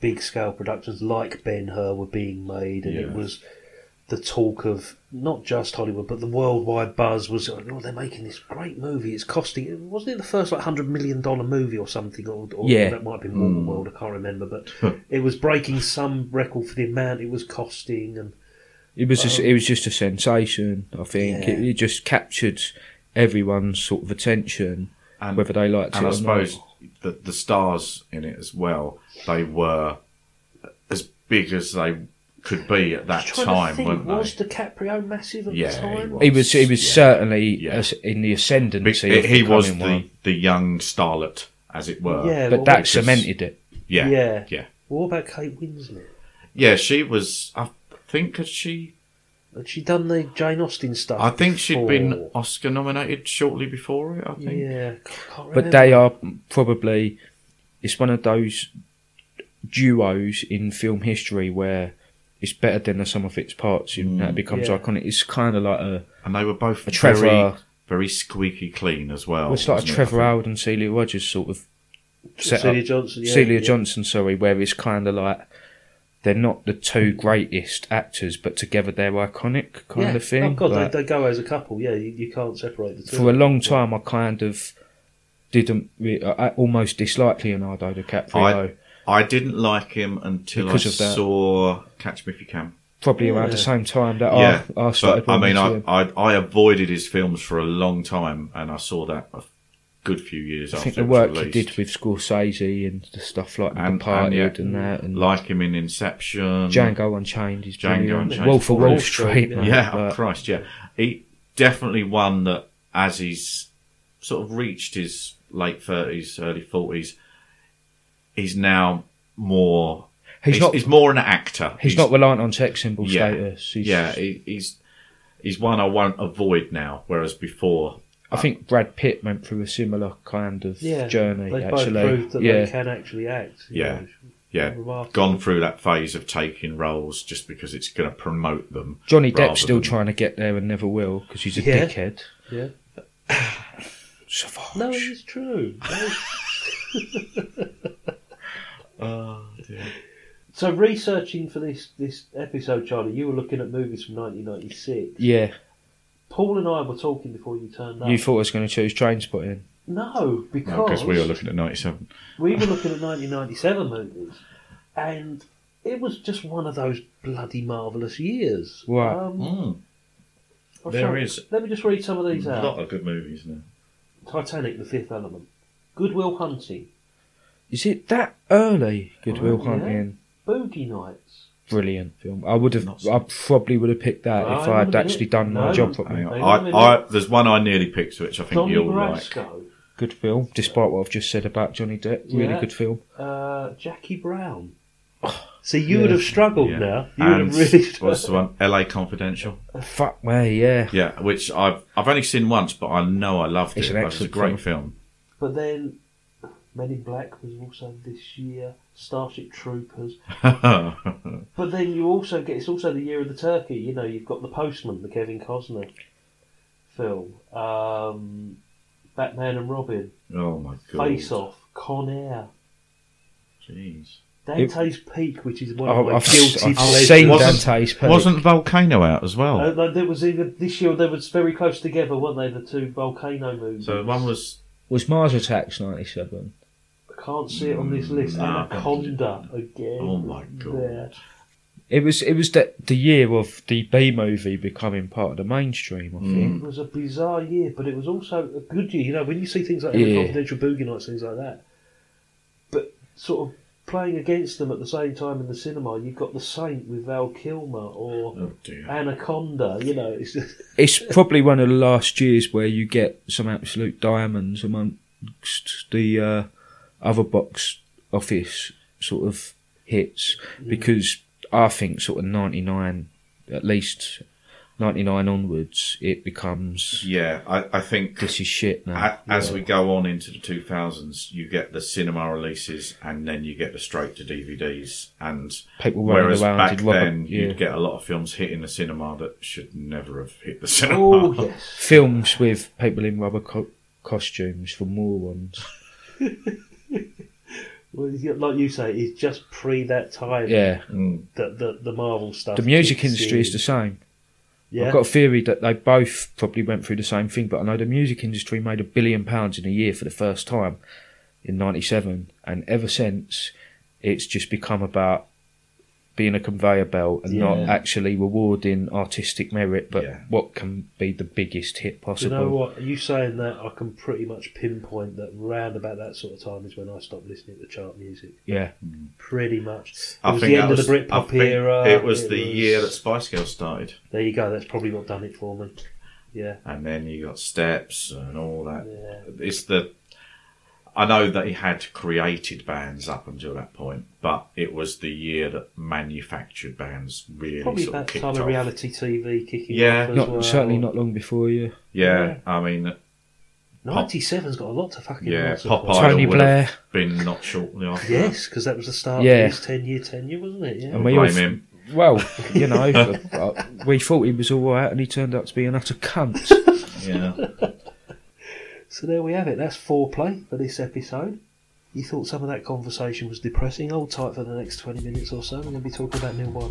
Speaker 3: big scale productions like Ben Hur were being made, and it
Speaker 5: Yeah.
Speaker 3: was the talk of not just Hollywood but the worldwide buzz was oh they're making this great movie. It's costing wasn't it the first like hundred million dollar movie or something or, or
Speaker 4: Yeah.
Speaker 3: that might have been
Speaker 5: Hmm.
Speaker 3: Waterworld I can't remember but it was breaking some record for the amount it was costing and
Speaker 4: It was just, it was just a sensation. I think it,
Speaker 3: Yeah.
Speaker 4: it just captured everyone's sort of attention,
Speaker 5: And-
Speaker 4: whether they liked
Speaker 5: and
Speaker 4: it
Speaker 5: I
Speaker 4: or
Speaker 5: suppose
Speaker 4: not.
Speaker 5: the the stars in it as well. They were as big as they could be at that
Speaker 3: Just trying
Speaker 5: time,
Speaker 3: to think,
Speaker 5: weren't
Speaker 3: was
Speaker 5: they?
Speaker 3: DiCaprio massive at
Speaker 5: Yeah,
Speaker 3: the
Speaker 5: he
Speaker 3: time?
Speaker 5: was.
Speaker 4: He was he was
Speaker 5: Yeah.
Speaker 4: certainly
Speaker 5: Yeah.
Speaker 4: as- in the
Speaker 5: Be-
Speaker 4: ascendancy. of
Speaker 5: he he was
Speaker 4: becoming
Speaker 5: the,
Speaker 4: one.
Speaker 5: the young starlet, as it were.
Speaker 3: Yeah,
Speaker 4: but
Speaker 3: well,
Speaker 4: that
Speaker 3: wait,
Speaker 5: because-
Speaker 4: cemented it.
Speaker 5: yeah,
Speaker 3: Yeah.
Speaker 5: yeah, yeah.
Speaker 3: What about Kate Winslet?
Speaker 5: Yeah, She was. I think had she.
Speaker 3: Had she done the Jane Austen stuff?
Speaker 5: I think she had been
Speaker 3: before?
Speaker 5: Oscar nominated shortly before it. I think.
Speaker 3: Yeah, I can't remember.
Speaker 4: But they are probably it's one of those duos in film history where it's better than the sum of its parts, and that becomes
Speaker 3: Mm, Yeah.
Speaker 4: iconic. It's kind of like a
Speaker 5: And they were both
Speaker 4: A Trevor-
Speaker 5: very very squeaky clean as well.
Speaker 4: it's like a
Speaker 5: wasn't it?
Speaker 4: Trevor Howard and Celia Rogers sort of set
Speaker 3: Celia
Speaker 4: up.
Speaker 3: Johnson, yeah,
Speaker 4: Celia
Speaker 3: yeah.
Speaker 4: Johnson, sorry, where it's kind of like they're not the
Speaker 3: Mm.
Speaker 4: two greatest actors, but together they're iconic kind
Speaker 3: yeah.
Speaker 4: of thing.
Speaker 3: Oh god,
Speaker 4: Like,
Speaker 3: they, they go as a couple. Yeah, you, you can't separate the two.
Speaker 4: for a long time, I kind of didn't. Re- I I almost disliked Leonardo DiCaprio.
Speaker 5: I, I didn't like him until
Speaker 4: Because
Speaker 5: I
Speaker 4: of that.
Speaker 5: saw Catch Me If You Can.
Speaker 4: probably around
Speaker 3: Yeah.
Speaker 4: the same time that
Speaker 5: yeah,
Speaker 4: I, I started.
Speaker 5: but, I mean,
Speaker 4: wanting to
Speaker 5: I,
Speaker 4: him.
Speaker 5: I I avoided his films for a long time, and I saw that a good few years
Speaker 4: I
Speaker 5: after
Speaker 4: think
Speaker 5: it
Speaker 4: the
Speaker 5: was
Speaker 4: work he
Speaker 5: released.
Speaker 4: did with Scorsese and the stuff like
Speaker 5: And- and,
Speaker 4: Departed and,
Speaker 5: yeah,
Speaker 4: that and
Speaker 5: like him in Inception,
Speaker 4: Django Unchained is
Speaker 5: Django
Speaker 4: brilliant.
Speaker 5: Unchained.
Speaker 4: Wolf of
Speaker 3: Wall
Speaker 4: Wall
Speaker 3: Street,
Speaker 4: Street,
Speaker 3: yeah.
Speaker 4: mate,
Speaker 5: Yeah,
Speaker 4: but-
Speaker 5: oh, Christ, yeah. He definitely one that as he's sort of reached his late thirties, early forties, he's now more.
Speaker 4: He's
Speaker 5: He's,
Speaker 4: not-
Speaker 5: He's more an actor.
Speaker 4: He's, not reliant on sex symbol status. He's,
Speaker 5: yeah, he, he's he's one I won't avoid now. Whereas before,
Speaker 4: I think Brad Pitt went through a similar kind of
Speaker 3: yeah.
Speaker 4: journey.
Speaker 3: They both
Speaker 4: actually,
Speaker 3: proved that
Speaker 4: yeah,
Speaker 3: they can actually act. you
Speaker 5: Yeah.
Speaker 3: know.
Speaker 5: yeah,
Speaker 3: Remarkable.
Speaker 5: gone through that phase of taking roles just because it's going to promote them.
Speaker 4: Johnny
Speaker 5: rather
Speaker 4: Depp's still
Speaker 5: than-
Speaker 4: trying to get there and never will because he's a
Speaker 3: Yeah.
Speaker 4: dickhead.
Speaker 3: Yeah.
Speaker 4: Savage.
Speaker 3: No, it's true. That is-
Speaker 4: <laughs> Oh,
Speaker 3: so researching for this this episode, Charlie, you were looking at movies from 1996.
Speaker 4: yeah,
Speaker 3: Paul and I were talking before you turned up.
Speaker 4: you thought I was going to choose train spotting.
Speaker 3: no, because
Speaker 5: because we were looking at ninety-seven.
Speaker 3: we were looking at 1997 movies, and it was just one of those bloody marvellous years.
Speaker 4: Right.
Speaker 3: Um, I'm
Speaker 5: Hmm. There
Speaker 3: sorry,
Speaker 5: is
Speaker 3: Let me just read some of these
Speaker 5: a
Speaker 3: out.
Speaker 5: lot of good movies now.
Speaker 3: Titanic, The Fifth Element, Goodwill Hunting,
Speaker 4: Is it that early? Goodwill
Speaker 3: Oh, yeah.
Speaker 4: Hunting.
Speaker 3: Boogie Nights.
Speaker 4: Brilliant film. I would have.
Speaker 5: Not
Speaker 4: I probably would have picked that
Speaker 3: Well,
Speaker 4: if
Speaker 3: I
Speaker 4: I had
Speaker 3: wouldn't
Speaker 4: actually
Speaker 3: have-
Speaker 4: done my
Speaker 3: no.
Speaker 4: job
Speaker 5: Hang
Speaker 4: properly.
Speaker 5: on.
Speaker 3: Hang on a minute.
Speaker 5: I, I, there's one I nearly picked, which I think
Speaker 3: Donnie
Speaker 5: you'll like.
Speaker 3: Brasco,
Speaker 4: Good film, despite what I've just said about Johnny Depp. Really
Speaker 3: Yeah.
Speaker 4: good film.
Speaker 3: uh,
Speaker 5: <sighs>
Speaker 3: Jackie Brown. See, you
Speaker 4: Yeah.
Speaker 3: would have struggled
Speaker 4: Oh,
Speaker 5: Yeah.
Speaker 3: now. You would
Speaker 4: <laughs>
Speaker 5: And
Speaker 3: have really
Speaker 5: what's
Speaker 3: struggled.
Speaker 5: the one? L.A. Confidential.
Speaker 4: Fuck me, yeah.
Speaker 5: Yeah, which I've I've only seen once, but I know I loved
Speaker 4: It's
Speaker 5: it.
Speaker 4: an
Speaker 5: It was a
Speaker 4: excellent
Speaker 5: great film.
Speaker 3: But then Men in Black was also this year, Starship Troopers. But then you also get it's also the year of the turkey. You know, you've got the Postman, the Kevin Costner film, um, Batman and Robin,
Speaker 5: <laughs> oh my god!
Speaker 3: Face Off, Con Air,
Speaker 5: Jeez.
Speaker 3: Dante's Peak, which is one of
Speaker 4: I've,
Speaker 3: my
Speaker 4: Oh, I've,
Speaker 3: guilty
Speaker 4: I've
Speaker 3: pleasures.
Speaker 4: seen
Speaker 5: Wasn't-
Speaker 4: Dante's Peak.
Speaker 5: Wasn't Volcano out as well?
Speaker 3: Uh, no, there was either this year they were very close together, weren't they? The two volcano movies.
Speaker 5: so one was
Speaker 4: Was Mars Attacks 97?
Speaker 3: I can't see it on this list.
Speaker 5: Nah, I can't see it.
Speaker 3: Anaconda again.
Speaker 5: Oh my God.
Speaker 3: There.
Speaker 4: It was it was the, the year of the B movie becoming part of the mainstream, I think.
Speaker 3: It was a bizarre year, but it was also a good year. You know, when you see things like
Speaker 4: Yeah.
Speaker 3: Confidential Boogie Nights, things like that, but sort of playing against them at the same time in the cinema, you've got The Saint with Val Kilmer or
Speaker 5: Oh dear.
Speaker 3: Anaconda. You know, it's
Speaker 4: <laughs>
Speaker 3: just,
Speaker 4: It's probably one of the last years where you get some absolute diamonds amongst the uh, other box office sort of hits
Speaker 5: Mm.
Speaker 4: because I think sort of 99, at least 99 onwards, it becomes
Speaker 5: Yeah, I, I think
Speaker 4: this is shit now.
Speaker 3: Uh,
Speaker 5: a- as we go on into the 2000s, you get the cinema releases and then you get the straight to DVDs. And
Speaker 4: People running
Speaker 5: whereas
Speaker 4: around
Speaker 5: back
Speaker 4: in rubber-
Speaker 5: then,
Speaker 4: yeah.
Speaker 5: you'd get a lot of films hitting the cinema that should never have hit the cinema. <laughs>
Speaker 3: oh yes,
Speaker 4: Films with people in rubber co- costumes
Speaker 5: <laughs>
Speaker 4: for morons.
Speaker 3: well, you- like you say, it's just pre that time.
Speaker 4: Yeah.
Speaker 5: Mm.
Speaker 3: that the, the Marvel stuff.
Speaker 4: The music
Speaker 3: kicks
Speaker 4: industry
Speaker 3: in.
Speaker 4: is the same.
Speaker 3: yeah.
Speaker 4: I've got a theory that they both probably went through the same thing, but I know the music industry made a billion pounds in a year for the first time in '97, and ever since, it's just become about being a conveyor belt and not
Speaker 5: Yeah.
Speaker 4: actually rewarding artistic merit, but
Speaker 5: Yeah.
Speaker 4: what can be the biggest hit
Speaker 3: Do you
Speaker 4: possible.
Speaker 3: know what? You saying that, I can pretty much pinpoint that round about that sort of time is when I stopped listening to chart music.
Speaker 4: Yeah,
Speaker 3: Pretty much. It
Speaker 5: I
Speaker 3: was
Speaker 5: think
Speaker 3: the
Speaker 5: that
Speaker 3: end of
Speaker 5: was-
Speaker 3: the
Speaker 5: I
Speaker 3: Britpop
Speaker 5: think
Speaker 3: era.
Speaker 5: It was the
Speaker 3: was-
Speaker 5: year that Spice Girls started.
Speaker 3: There you go. That's probably what done it for me. Yeah.
Speaker 5: and then you got steps and all that.
Speaker 3: Yeah.
Speaker 5: It's the I know that he had created bands up until that point, but it was the year that manufactured bands really
Speaker 3: Probably
Speaker 5: sort of
Speaker 3: about the
Speaker 5: kicked
Speaker 3: time
Speaker 5: off.
Speaker 3: of reality TV kicking
Speaker 5: Yeah.
Speaker 3: off as
Speaker 4: not
Speaker 3: well.
Speaker 4: certainly not long before you.
Speaker 5: Yeah,
Speaker 3: Yeah.
Speaker 5: I mean, uh,
Speaker 3: 97's got a lot to fucking
Speaker 5: yeah,
Speaker 3: answer
Speaker 5: Pop
Speaker 3: for.
Speaker 5: Idol
Speaker 4: Tony
Speaker 5: would
Speaker 4: Blair.
Speaker 5: have been not shortly after.
Speaker 3: Yes, because that was the start
Speaker 4: Yeah.
Speaker 3: of his 10 year tenure, wasn't it? Yeah.
Speaker 5: that.
Speaker 4: And we
Speaker 5: blame
Speaker 4: all-
Speaker 5: him.
Speaker 4: Well, you know,
Speaker 3: <laughs>
Speaker 4: uh, we thought he was all right, and he turned out to be an utter cunt.
Speaker 5: Yeah,
Speaker 3: So there we have it. That's foreplay for this episode. You thought some of that conversation was depressing? Hold tight for the next 20 minutes or so. We're going to be talking about Neil by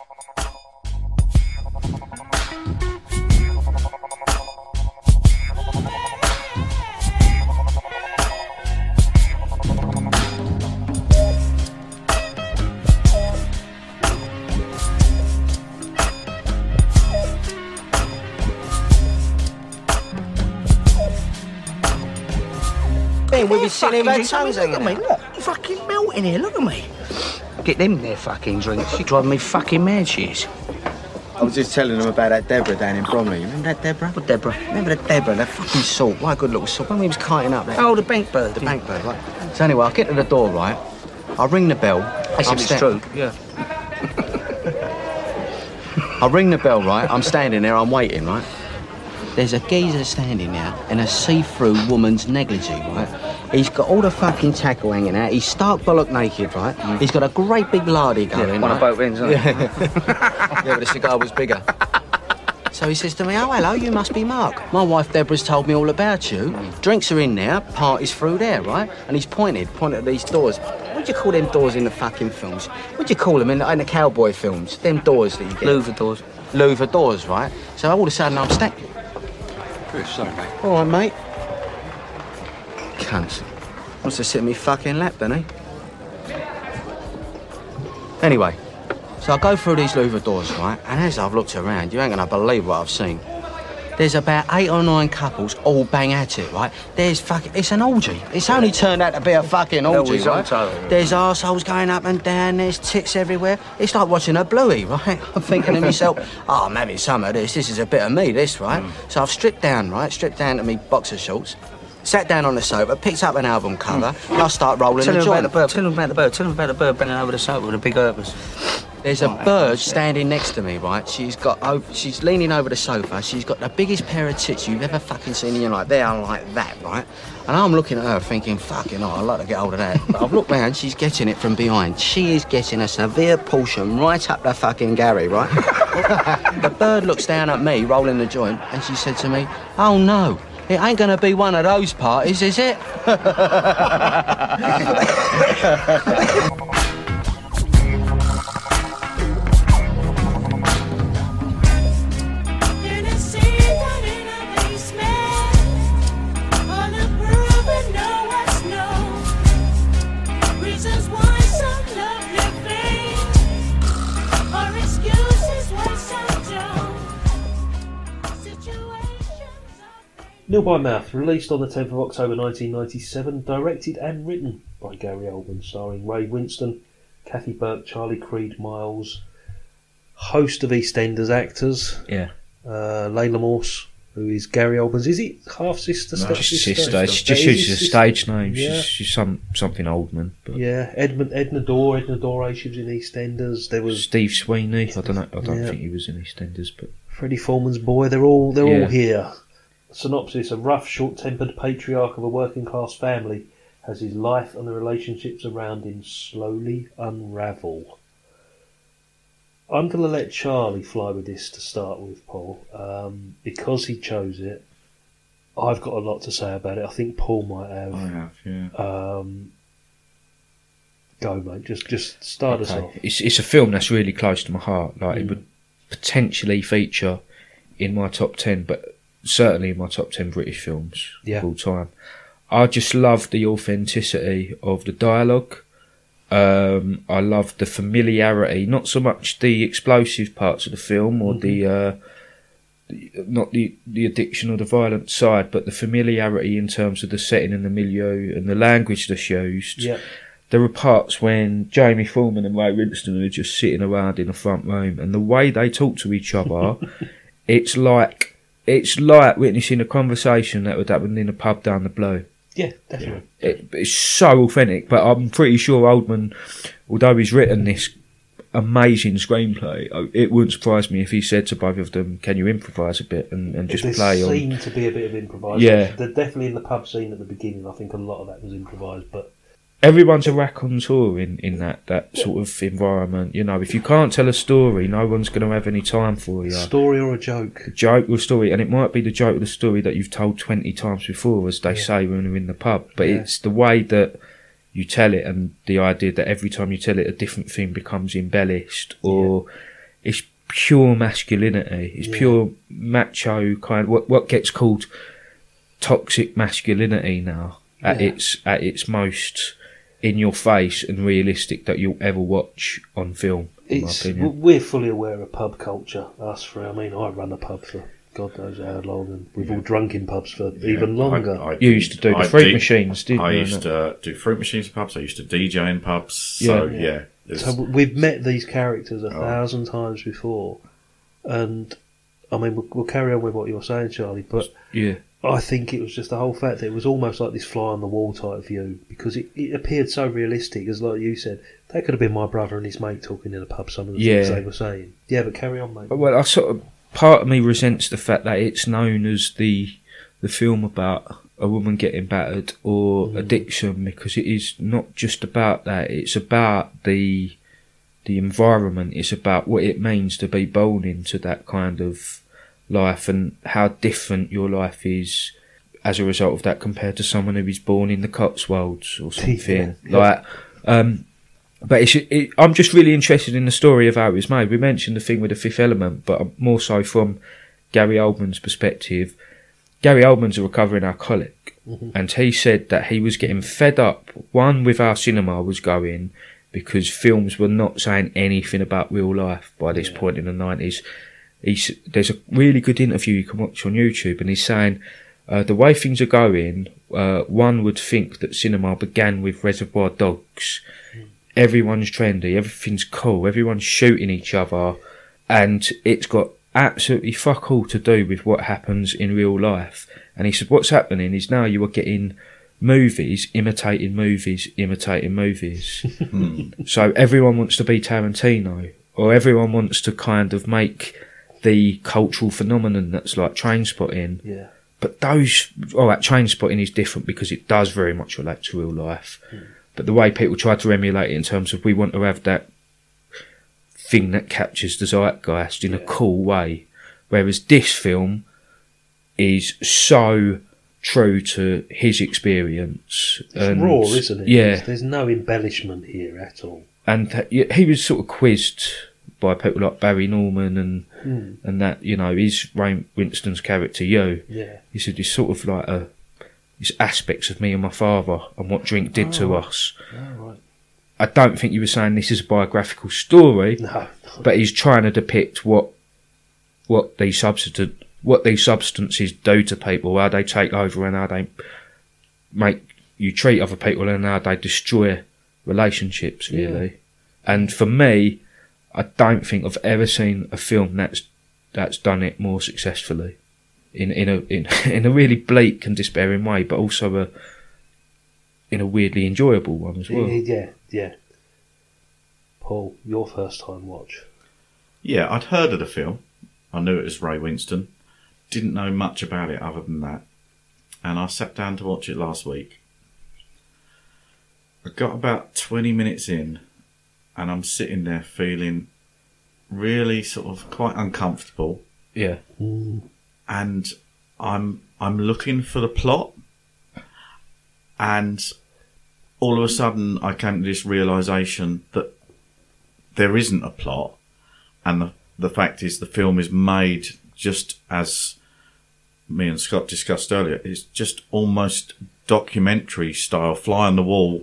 Speaker 3: now.
Speaker 8: Hey, we'll be sitting here with tongues hanging Look at me, look. Fucking melting here, look at me. Get them their fucking drinks. She driving me fucking mad, she is.
Speaker 9: I was just telling them about that Deborah down in Bromley. You remember that Deborah?
Speaker 8: What, Deborah?
Speaker 9: Remember that Deborah, that fucking salt? What a good little salt. When we was kiting up there.
Speaker 8: Oh, the bank bird.
Speaker 9: the bank bird, right? So anyway, I get to the door, right? I ring the bell.
Speaker 8: I said
Speaker 9: I'm
Speaker 8: it's
Speaker 9: sta-
Speaker 8: true,
Speaker 9: <laughs>
Speaker 8: yeah.
Speaker 9: I ring the bell, right? I'm standing there, I'm waiting, right? There's a geezer standing there in a see-through woman's negligee, right? He's got all the fucking tackle hanging out. He's stark bollock naked, right?
Speaker 8: Mm.
Speaker 9: He's got a great big lardy going.
Speaker 8: one of
Speaker 9: right?
Speaker 8: both ends, isn't
Speaker 9: yeah. yeah, but the cigar was bigger. So he says to me, Oh, hello, you must be Mark. My wife Deborah's told me all about you. Drinks are in there, party's through there, right? And he's pointed, pointed at these doors. What do you call them doors in the fucking films? What do you call them in the, in the cowboy films? Them doors that you get.
Speaker 8: Louvre doors.
Speaker 9: Louvre doors, right? So all of a sudden I'm standing.
Speaker 8: Sorry, mate.
Speaker 9: All right, mate. Cunt. Wants to sit in me fucking lap, doesn't he? Anyway, so I go through these Louvre doors, right? And as I've looked around, you ain't gonna believe what I've seen. There's about eight or nine couples all bang at it, right? There's fucking, it's an orgy. It's only turned out to be a fucking orgy,
Speaker 8: Always
Speaker 9: right?
Speaker 8: on time.
Speaker 9: There's arseholes going up and down, there's tits everywhere. It's like watching a bluey, <laughs> right? I'm thinking to myself, <laughs> oh, I'm having some of this. This is a bit of me, this, right? So I've stripped down, right? Stripped down to me boxer shorts, sat down on the sofa, picked up an album cover, and I start rolling
Speaker 8: Tell
Speaker 9: the
Speaker 8: him about
Speaker 9: joint.
Speaker 8: the bird. Tell him about the bird. Tell him about the bird bending over the sofa with a big herpes.
Speaker 9: There's a bird standing next to me, right? She's got, o she's leaning over the sofa. She's got the biggest pair of tits you've ever fucking seen in your life. They are like that, right? And I'm looking at her, thinking, fucking, oh, I'd like to get hold of that. But I've looked round. She's getting it from behind. She is getting a severe portion right up the fucking Gary, right? <laughs> the bird looks down at me, rolling the joint, and she said to me, "Oh no." It ain't gonna be one of those parties, is it?
Speaker 3: Nil by Mouth, released on the 10th of October 1997, directed and written by Gary Oldman, starring Ray Winston, Kathy Burke, Charlie Creed, Miles, host of EastEnders actors,
Speaker 4: Yeah.
Speaker 3: uh, Layla Morse, who is Gary Oldman's, is it half sister?
Speaker 5: No,
Speaker 3: step
Speaker 4: Just
Speaker 5: Sister.
Speaker 4: sister. It's just
Speaker 3: That is
Speaker 4: she's just a
Speaker 3: sister.
Speaker 4: stage name.
Speaker 3: Yeah.
Speaker 4: She's, she's some something old man. But
Speaker 3: Yeah, Edmund, Edna Dore, Edna Dore, she was in E, EastEnders. There was
Speaker 4: Steve Sweeney. I don't know. I don't
Speaker 3: Yeah.
Speaker 4: think he was in EastEnders, but
Speaker 3: Freddie Foreman's boy. They're all they're all
Speaker 4: Yeah.
Speaker 3: here. Synopsis: A rough, short-tempered patriarch of a working-class family has his life and the relationships around him slowly unravel. I'm going to let Charlie fly with this to start with, Paul, um, because he chose it. I've got a lot to say about it. I think Paul might have.
Speaker 5: I have, yeah.
Speaker 3: Um, go, mate. Just just start us
Speaker 4: Okay.
Speaker 3: off.
Speaker 4: It's it's a film that's really close to my heart. Like it would potentially feature in my top ten, but certainly in my top ten British films
Speaker 3: Yeah.
Speaker 4: of all time. I just love the authenticity of the dialogue. Um, I love the familiarity, not so much the explosive parts of the film or the, uh, the not the the addiction or the violent side, but the familiarity in terms of the setting and the milieu and the language that's used
Speaker 3: Yeah,
Speaker 4: there were parts when Jamie Foreman and Ray Winston are just sitting around in the front room, and the way they talk to each other, it's like it's like witnessing a conversation that would happen in a pub down the blow.
Speaker 3: yeah, definitely.
Speaker 4: It, it's so authentic, but I'm pretty sure Oldman, although he's written this amazing screenplay, oh, it wouldn't surprise me if he said to both of them, "Can you improvise a bit and, and just
Speaker 3: there
Speaker 4: play on?"
Speaker 3: seemed to be a bit of improvisation.
Speaker 4: Yeah.
Speaker 3: They're definitely in the pub scene at the beginning. I think a lot of that was improvised, but
Speaker 4: everyone's a raconteur in, in that, that sort of environment. You know, if you can't tell a story, no one's going to have any time for you.
Speaker 3: story or a joke.
Speaker 4: Joke or story, and it might be the joke or the story that you've told 20 times before, as they say when you're in the pub, but
Speaker 3: Yeah.
Speaker 4: it's the way that you tell it and the idea that every time you tell it, a different thing becomes embellished or it's pure masculinity. It's
Speaker 3: Yeah.
Speaker 4: pure macho kind what, what gets called toxic masculinity now at
Speaker 3: Yeah.
Speaker 4: its at its most in your face and realistic that you'll ever watch on film. In
Speaker 3: It's
Speaker 4: my opinion,
Speaker 3: we're fully aware of pub culture. Us three. I mean, I run a pub for God knows how long, and we've all drunk in pubs for even longer.
Speaker 5: I, I
Speaker 4: you used to do the
Speaker 5: I
Speaker 4: fruit
Speaker 5: did-
Speaker 4: machines, didn't
Speaker 5: I
Speaker 4: you?
Speaker 5: used to uh, do fruit machines in pubs. I used to DJ in pubs. So
Speaker 4: Yeah.
Speaker 5: yeah, it's-
Speaker 3: so we've met these characters a
Speaker 4: Oh.
Speaker 3: thousand times before, and I mean, we'll, we'll carry on with what you're saying, Charlie. But
Speaker 4: yeah,
Speaker 3: I think it was just the whole fact that it was almost like this fly on the wall type view because it, it appeared so realistic. As like you said, that could have been my brother and his mate talking in a pub. Some of the things
Speaker 4: Yeah.
Speaker 3: they were saying. Yeah, but carry on, mate.
Speaker 4: well, I sort of part of me resents the fact that it's known as the the film about a woman getting battered or addiction because it is not just about that. It's about the the environment. It's about what it means to be born into that kind of life and how different your life is as a result of that compared to someone who is born in the Cotswolds or something
Speaker 3: Yeah.
Speaker 4: like. Um, but it's, it, I'm just really interested in the story of how it was made. We mentioned the thing with the Fifth Element, but more so from Gary Oldman's perspective. Gary Oldman's a recovering alcoholic, and he said that he was getting fed up. One with our cinema was going because films were not saying anything about real life by this point in the nineties. He's, there's a really good interview you can watch on YouTube, and he's saying uh, the way things are going, uh, one would think that cinema began with Reservoir Dogs. Everyone's trendy, everything's cool, everyone's shooting each other, and it's got absolutely fuck all to do with what happens in real life. And he said, What's happening is now you are getting movies imitating movies, imitating movies. Hmm. so everyone wants to be Tarantino, or everyone wants to kind of make the cultural phenomenon that's like train spotting
Speaker 3: yeah,
Speaker 4: but those, all that train spotting is different because it does very much relate to real life.
Speaker 3: Hmm.
Speaker 4: But the way people try to emulate it in terms of we want to have that thing that captures the zeitgeist in a cool way, whereas this film is so true to his experience.
Speaker 3: it's raw, isn't it?
Speaker 4: Yeah,
Speaker 3: There's, there's no embellishment here at all.
Speaker 4: and th- yeah, he was sort of quizzed by people like Barry Norman and and that you know is Ray Winston's character you.
Speaker 3: Yeah,
Speaker 4: He said it's sort of like a it's aspects of me and my father and what drink did to us. I don't think you were saying this is a biographical story,
Speaker 3: no, <laughs>
Speaker 4: but he's trying to depict what what these substance what these substances do to people, how they take over and how they make you treat other people and how they destroy relationships, really. And for me, I don't think I've ever seen a film that's that's done it more successfully, in in a in, <laughs> in a really bleak and despairing way, but also a in a weirdly enjoyable one as well.
Speaker 3: yeah, yeah. Paul, your first time watch.
Speaker 5: Yeah, I'd heard of the film. I knew it was Ray Winston. Didn't know much about it other than that. And I sat down to watch it last week. I got about 20 minutes in and I'm sitting there feeling really sort of quite uncomfortable
Speaker 4: Yeah,
Speaker 5: and I'm I'm looking for the plot and all of a sudden I came to this realization that there isn't a plot and the, the fact is the film is made just as me and Scott discussed earlier it's just almost documentary style fly on the wall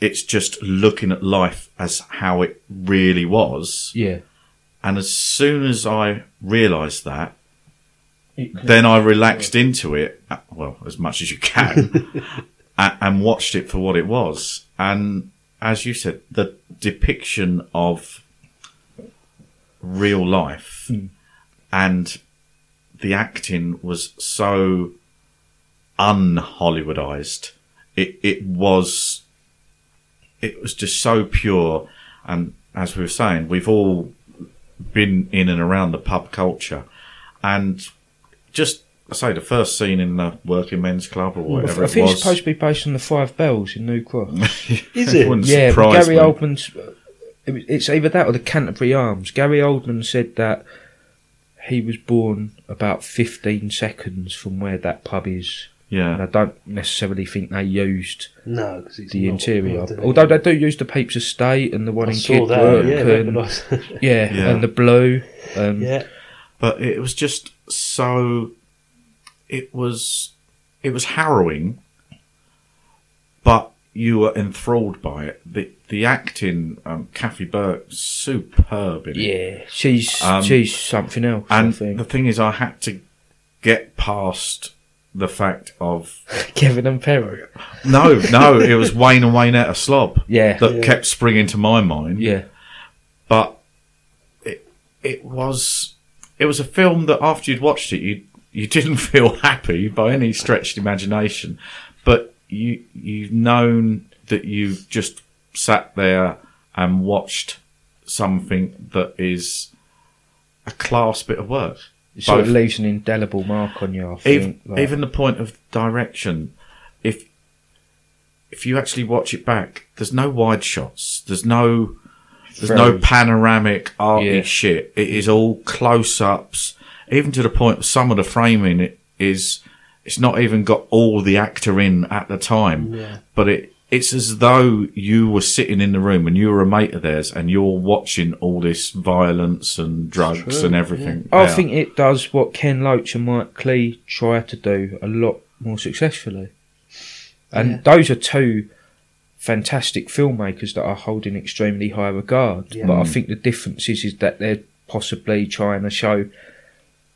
Speaker 5: it's just looking at life as how it really was
Speaker 4: yeah.
Speaker 5: and as soon as I realised that, then I relaxed into it, uh, well, as much as you can, a- and watched it for what it was. And as you said, the depiction of real life
Speaker 4: Hmm.
Speaker 5: and the acting was so un Hollywoodized. It, it was, it was just so pure. And as we were saying, we've all been in and around the pub culture, and just I say the first scene in the Working Men's Club or
Speaker 4: I
Speaker 5: whatever
Speaker 4: I
Speaker 5: it
Speaker 4: think
Speaker 5: was.
Speaker 4: it's supposed to be based on the Five Bells in New
Speaker 5: <laughs>
Speaker 4: Cross.
Speaker 3: Is it?
Speaker 5: wouldn't
Speaker 4: yeah, but
Speaker 5: surprise
Speaker 4: Gary
Speaker 5: me.
Speaker 4: Oldman's. it was- It's either that or the Canterbury Arms. Gary Oldman said that he was born about 15 seconds from where that pub is. And I
Speaker 5: Yeah,
Speaker 4: don't necessarily think they used
Speaker 3: No, because it's
Speaker 4: the
Speaker 3: not-
Speaker 4: interior.
Speaker 3: not doing
Speaker 4: Although
Speaker 3: it.
Speaker 4: they do use the Peeps Estate and the one
Speaker 3: I
Speaker 4: in
Speaker 3: saw
Speaker 4: Kidwork.
Speaker 3: that. Yeah,
Speaker 4: and,
Speaker 3: recognised. <laughs>
Speaker 4: yeah,
Speaker 5: Yeah.
Speaker 4: and the blue. Um,
Speaker 3: yeah,
Speaker 5: but it was just so. It was, it was harrowing, but you were enthralled by it. The the acting, um, Kathy Burke, superb in it.
Speaker 4: yeah, she's
Speaker 5: Um,
Speaker 4: she's something else. I
Speaker 5: And
Speaker 4: think.
Speaker 5: the thing is, I had to get past the fact of
Speaker 4: <laughs> Kevin and Perry.
Speaker 5: No, no, it was Wayne and Wayne at a slob.
Speaker 4: <laughs> Yeah.
Speaker 5: That
Speaker 4: Yeah.
Speaker 5: kept springing to my mind.
Speaker 4: Yeah,
Speaker 5: But it it was it was a film that after you'd watched it you you <laughs> didn't feel happy by any stretched imagination. But you you've known that you've just sat there and watched something that is a class bit of work.
Speaker 4: it sort of
Speaker 5: Both.
Speaker 4: leaves an indelible mark on you. I think,
Speaker 5: even,
Speaker 4: like-
Speaker 5: even the point of direction if if you actually watch it back there's no wide shots there's no there's no
Speaker 4: Very-
Speaker 5: panoramic arty
Speaker 4: Yeah.
Speaker 5: shit it is all close-ups even to the point of some of the framing it is it's not even got all the actor in at the time but it it's as though you were sitting in the room and you were a mate of theirs and you're watching all this violence and drugs and everything
Speaker 4: Oh, I
Speaker 5: there.
Speaker 4: think it does what Ken Loach and Mike Clee try to do a lot more successfully. And those are two fantastic filmmakers that I hold in extremely high regard. But
Speaker 5: Mm.
Speaker 4: I think the difference is, is that they're possibly trying to show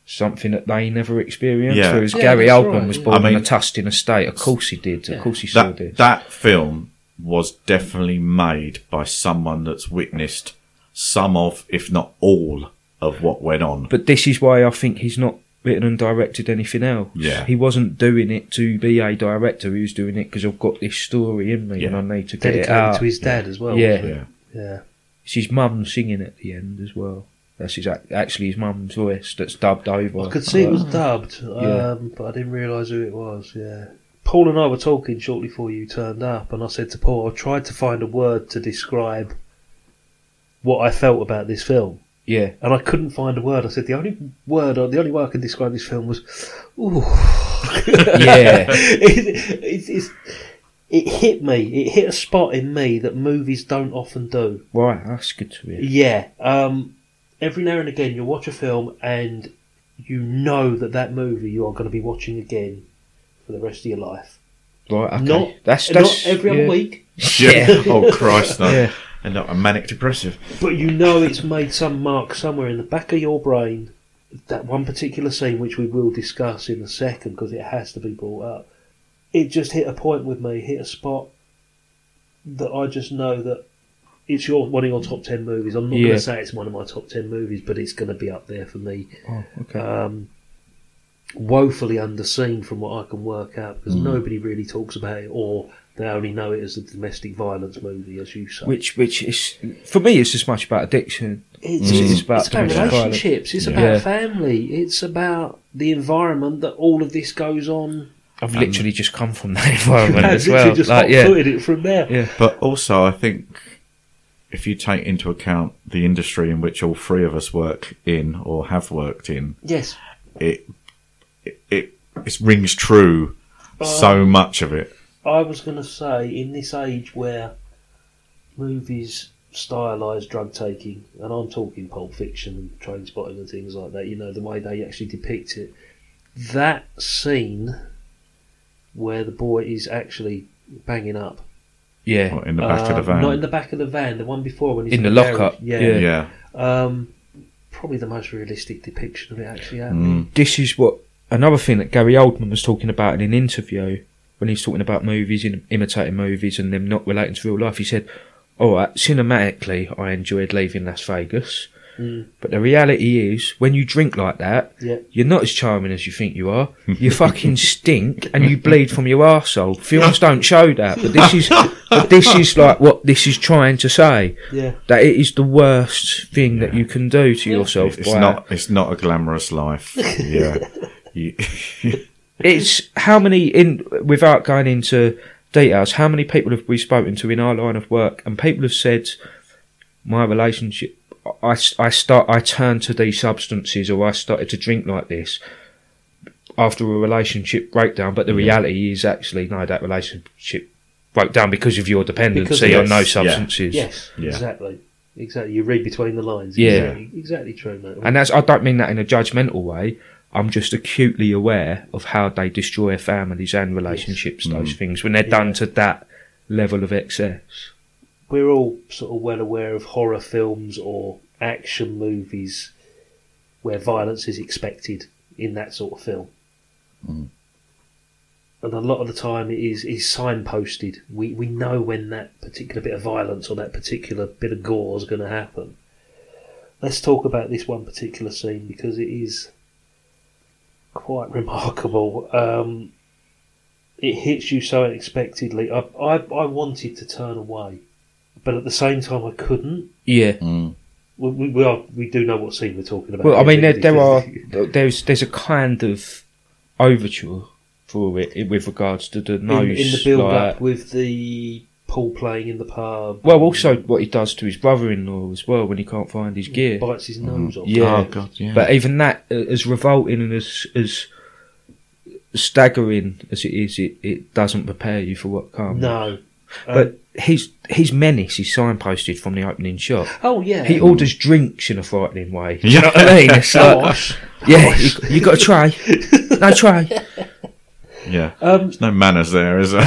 Speaker 4: something that they never experienced.
Speaker 5: Yeah.
Speaker 4: Whereas
Speaker 3: Yeah,
Speaker 4: Gary
Speaker 3: that's
Speaker 4: Oldman
Speaker 3: right,
Speaker 4: was
Speaker 3: yeah.
Speaker 4: born
Speaker 5: I
Speaker 4: in
Speaker 5: mean-
Speaker 4: a Tustin estate. Of course he did. Of course he saw
Speaker 5: that
Speaker 4: this.
Speaker 5: that film was definitely made by someone that's witnessed some of, if not all, of what went on.
Speaker 4: But this is why I think he's not written and directed anything else.
Speaker 5: Yeah.
Speaker 4: He wasn't doing it to be a director. He was doing it because I've got this story in me
Speaker 5: Yeah.
Speaker 4: and I need to get it
Speaker 3: dedicated
Speaker 4: out.
Speaker 3: to his dad as well.
Speaker 4: Yeah.
Speaker 3: wasn't it?
Speaker 5: Yeah,
Speaker 3: yeah.
Speaker 4: It's his mum singing at the end as well. That's his ac- actually his mum's voice that's dubbed over.
Speaker 3: I could see it was dubbed,
Speaker 4: Yeah.
Speaker 3: um, but I didn't realise who it was. Yeah. Paul and I were talking shortly before you turned up, and I said to Paul, I tried to find a word to describe what I felt about this film,
Speaker 4: Yeah.
Speaker 3: and I couldn't find a word. I said the only word, the only way I could describe this film was, ooh.
Speaker 4: <laughs>
Speaker 3: <laughs>
Speaker 4: Yeah.
Speaker 3: it, it, it's, it hit me. It hit a spot in me that movies don't often do.
Speaker 4: right. That's good to hear.
Speaker 3: Yeah. Um, every now and again, you'll watch a film and you know that that movie you are going to be watching again for the rest of your life.
Speaker 4: Right. Okay.
Speaker 3: Not,
Speaker 4: that's,
Speaker 3: not
Speaker 4: that's
Speaker 3: every other
Speaker 4: yeah.
Speaker 3: week,
Speaker 5: yeah. <laughs> oh Christ, no.
Speaker 4: Yeah.
Speaker 5: And not a manic depressive.
Speaker 3: but you know it's made some mark somewhere in the back of your brain that one particular scene, which we will discuss in a second because it has to be brought up, it just hit a point with me, hit a spot that I just know that it's your one of your top ten movies. I'm not going
Speaker 4: Yeah.
Speaker 3: to say it's one of my top ten movies, but it's going to be up there for me.
Speaker 4: <laughs> Oh, okay.
Speaker 3: Um, woefully underseen from what I can work out
Speaker 4: Hmm.
Speaker 3: because nobody really talks about it, or they only know it as a domestic violence movie, as you say.
Speaker 4: which which is for me, it's as much about addiction.
Speaker 3: It's,
Speaker 4: Mm.
Speaker 3: it's
Speaker 4: It's about
Speaker 3: about,
Speaker 4: domestic violence.
Speaker 3: relationships. It's about
Speaker 4: Yeah.
Speaker 3: family. It's about the environment that all of this goes on.
Speaker 4: I've literally just come from that <laughs>
Speaker 3: <laughs>
Speaker 4: environment
Speaker 3: I've
Speaker 4: as
Speaker 3: literally
Speaker 4: well.
Speaker 3: just
Speaker 4: Like, yeah,
Speaker 3: hot-footed it from there.
Speaker 4: Yeah.
Speaker 5: But also, I think if you take into account the industry in which all three of us work in or have worked in,
Speaker 3: Yes,
Speaker 5: it it it, it rings true. so much of it.
Speaker 3: I was going to say in this age where movies stylise drug taking, and I'm talking Pulp Fiction and Train Spotting and things like that. You know the way they actually depict it. That scene where the boy is actually banging up
Speaker 4: yeah,
Speaker 5: What, in the back of the
Speaker 3: um,
Speaker 5: van.
Speaker 3: not in the back of the van, the one before when he's
Speaker 4: In the
Speaker 3: garage.
Speaker 4: lockup,
Speaker 5: yeah.
Speaker 4: yeah.
Speaker 3: Um, probably the most realistic depiction of it, actually. out
Speaker 5: Mm.
Speaker 3: there.
Speaker 4: this is what another thing that Gary Oldman was talking about in an interview when he's talking about movies and imitating movies and them not relating to real life. He said, "All right, cinematically, I enjoyed leaving Las Vegas, but the reality is, when you drink like that,
Speaker 3: Yeah.
Speaker 4: you're not as charming as you think you
Speaker 5: <laughs>
Speaker 4: are. You fucking stink and you bleed from your
Speaker 5: <laughs>
Speaker 4: arsehole. Films don't show that, but this is, but this is like what this is trying to say
Speaker 3: Yeah.
Speaker 4: that it is the worst thing that you can do to yourself.
Speaker 5: It's
Speaker 4: by-
Speaker 5: not it's not a glamorous
Speaker 4: <laughs>
Speaker 5: life. Yeah. You-
Speaker 4: it's how many in without going into details how many people have we spoken to in our line of work and people have said my relationship i, I start i turned to these substances or i started to drink like this after a relationship breakdown but the reality is actually no that relationship broke down because of your dependency
Speaker 3: Because-
Speaker 4: on no
Speaker 5: Yes, yeah.
Speaker 4: substances
Speaker 3: Yes,
Speaker 5: Yeah.
Speaker 3: exactly. Exactly. You read between the lines.
Speaker 4: Yeah.
Speaker 3: Exactly, exactly true, mate.
Speaker 4: and that's i don't mean that in a judgmental way i'm just acutely aware of how they destroy families and relationships those things when they're done to that level of excess
Speaker 3: We're all sort of well aware of horror films or action movies where violence is expected in that sort of film. And a lot of the time it is, is signposted. We, we know when that particular bit of violence or that particular bit of gore is going to happen. Let's talk about this one particular scene because it is quite <laughs> remarkable. Um, it hits you so unexpectedly. I, I, I wanted to turn away, but at the same time I couldn't.
Speaker 4: yeah
Speaker 3: We, we, we, are, we do know what scene we're talking about.
Speaker 4: well i
Speaker 3: here,
Speaker 4: mean there, there are
Speaker 3: because-
Speaker 4: there's there's a kind of overture for it, it- with regards to the nose
Speaker 3: in, in the build
Speaker 4: like-
Speaker 3: up with the Paul playing in the pub.
Speaker 4: well also what he does to his brother-in-law as well when he can't find his gear
Speaker 3: bites his nose off.
Speaker 4: Yeah.
Speaker 5: Oh god, yeah.
Speaker 4: But even that, uh, as revolting and as as staggering as it is, it, it doesn't prepare you for what comes.
Speaker 3: No.
Speaker 5: uh,
Speaker 4: But his his menace is signposted from the opening shot.
Speaker 3: Oh yeah.
Speaker 4: He orders drinks in a frightening way. You know what I mean?
Speaker 5: <laughs>
Speaker 4: It's like,
Speaker 3: Gosh.
Speaker 4: yeah, you, you got to try. No try.
Speaker 5: <laughs> yeah.
Speaker 3: Um,
Speaker 5: There's no manners there, <laughs> is there?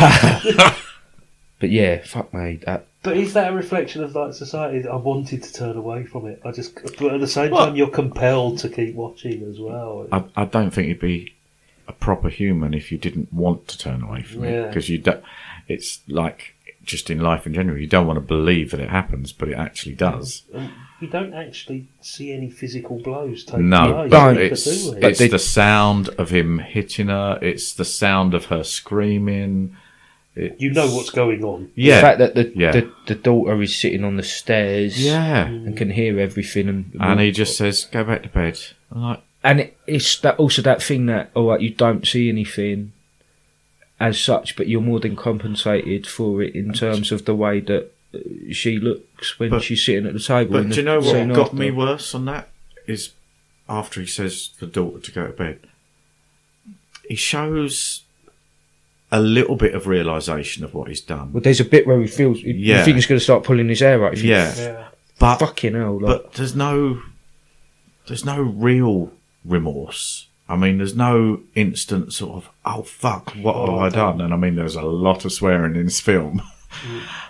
Speaker 4: But yeah, fuck me. That,
Speaker 3: but is that a reflection of like society? I wanted to turn away from it. I just, but at the same time, you're compelled to keep watching as well.
Speaker 5: I, I don't think you'd be a proper human if you didn't want to turn away from it
Speaker 3: Yeah.
Speaker 5: because you don't. It's like just in life in general, you don't want to believe that it happens, but it actually does.
Speaker 3: You don't actually see any physical blows taken.
Speaker 5: No, but
Speaker 3: place.
Speaker 4: Don't.
Speaker 5: it's,
Speaker 3: do it.
Speaker 5: it's
Speaker 4: they-
Speaker 5: the sound of him hitting her. It's the sound of her screaming. It's,
Speaker 3: you know what's going on.
Speaker 4: The
Speaker 5: yeah,
Speaker 4: fact that the,
Speaker 5: Yeah.
Speaker 4: the the daughter is sitting on the stairs.
Speaker 5: yeah.
Speaker 4: And can hear everything, and
Speaker 5: And he just says, "Go back to bed." I'm like,
Speaker 4: and it, it's that also that thing that all right, you don't see anything as such, but you're more than compensated for it in terms of the way that uh, she looks when
Speaker 5: But-
Speaker 4: she's sitting at the table.
Speaker 5: But
Speaker 4: in
Speaker 5: do
Speaker 4: the
Speaker 5: you know what
Speaker 4: scene
Speaker 5: got
Speaker 4: after.
Speaker 5: me worse on that is after he says to the daughter to go to bed. He shows a little bit of realization of what he's done,
Speaker 4: Well, there's a bit where he feels you-
Speaker 5: Yeah.
Speaker 4: you think he's going to start pulling his hair out. You think,
Speaker 5: Yeah.
Speaker 3: Yeah.
Speaker 5: but
Speaker 4: fucking hell. Like,
Speaker 5: but there's no there's no real remorse. I mean, there's no instant sort of oh fuck, what have I done? And I mean, there's a lot of swearing in this film.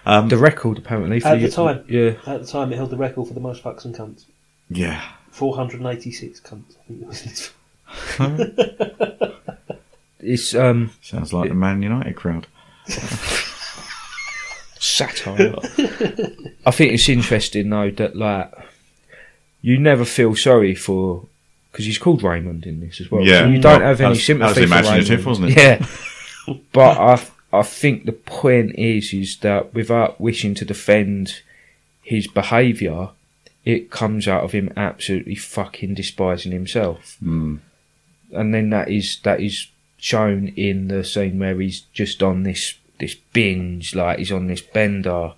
Speaker 5: um,
Speaker 4: the record apparently for
Speaker 3: At the
Speaker 4: you-
Speaker 3: time.
Speaker 4: Yeah,
Speaker 3: At the time, it held the record for the most fucks and cunts.
Speaker 5: yeah,
Speaker 3: 486 cunts, I think it was.
Speaker 4: It's um,
Speaker 5: Sounds like the Man United crowd.
Speaker 4: satire. I think it's interesting though that like you never feel sorry for because he's called Raymond in this as well.
Speaker 5: Yeah.
Speaker 4: so you don't
Speaker 5: Mm.
Speaker 4: have
Speaker 5: That
Speaker 4: any
Speaker 5: was- that was
Speaker 4: sympathy. for
Speaker 5: imaginative,
Speaker 4: Raymond.
Speaker 5: wasn't it? <laughs>
Speaker 4: Yeah, but I I think the point is is that without wishing to defend his behaviour, it comes out of him absolutely fucking despising himself,
Speaker 5: Mm.
Speaker 4: and then that is that is shown in the scene where he's just on this this binge, like he's on this bender.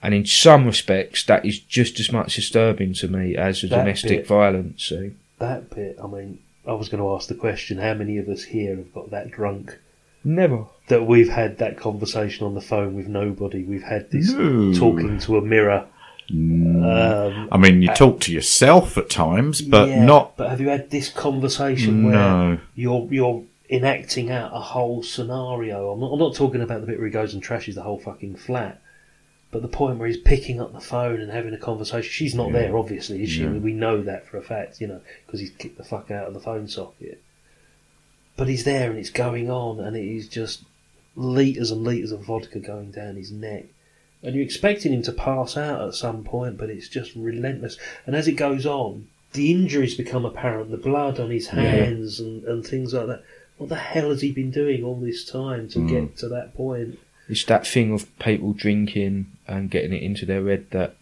Speaker 4: And in some respects, that is just as much disturbing to me as a
Speaker 3: That
Speaker 4: domestic
Speaker 3: bit.
Speaker 4: violence scene.
Speaker 3: That bit, I mean, I was going to ask the question how many of us here have got that drunk
Speaker 4: Never.
Speaker 3: that we've had that conversation on the phone with nobody? We've had this
Speaker 5: No.
Speaker 3: talking to a mirror. Um,
Speaker 5: I mean, you talk to yourself at times, but
Speaker 3: yeah,
Speaker 5: not.
Speaker 3: But have you had this conversation
Speaker 5: No.
Speaker 3: where you're you're enacting out a whole scenario? I'm not, I'm not talking about the bit where he goes and trashes the whole fucking flat, but the point where he's picking up the phone and having a conversation. She's not there, obviously, is she? We know that for a fact, you know, because he's kicked the fuck out of the phone socket. But he's there and it's going on, and it is just liters and liters of vodka going down his neck. And you're expecting him to pass out at some point, but it's just relentless. And as it goes on, the injuries become apparent, the blood on his hands and, and things like that. What the hell has he been doing all this time
Speaker 5: Mm.
Speaker 3: to get to that point?
Speaker 4: It's that thing of people drinking and getting it into their head that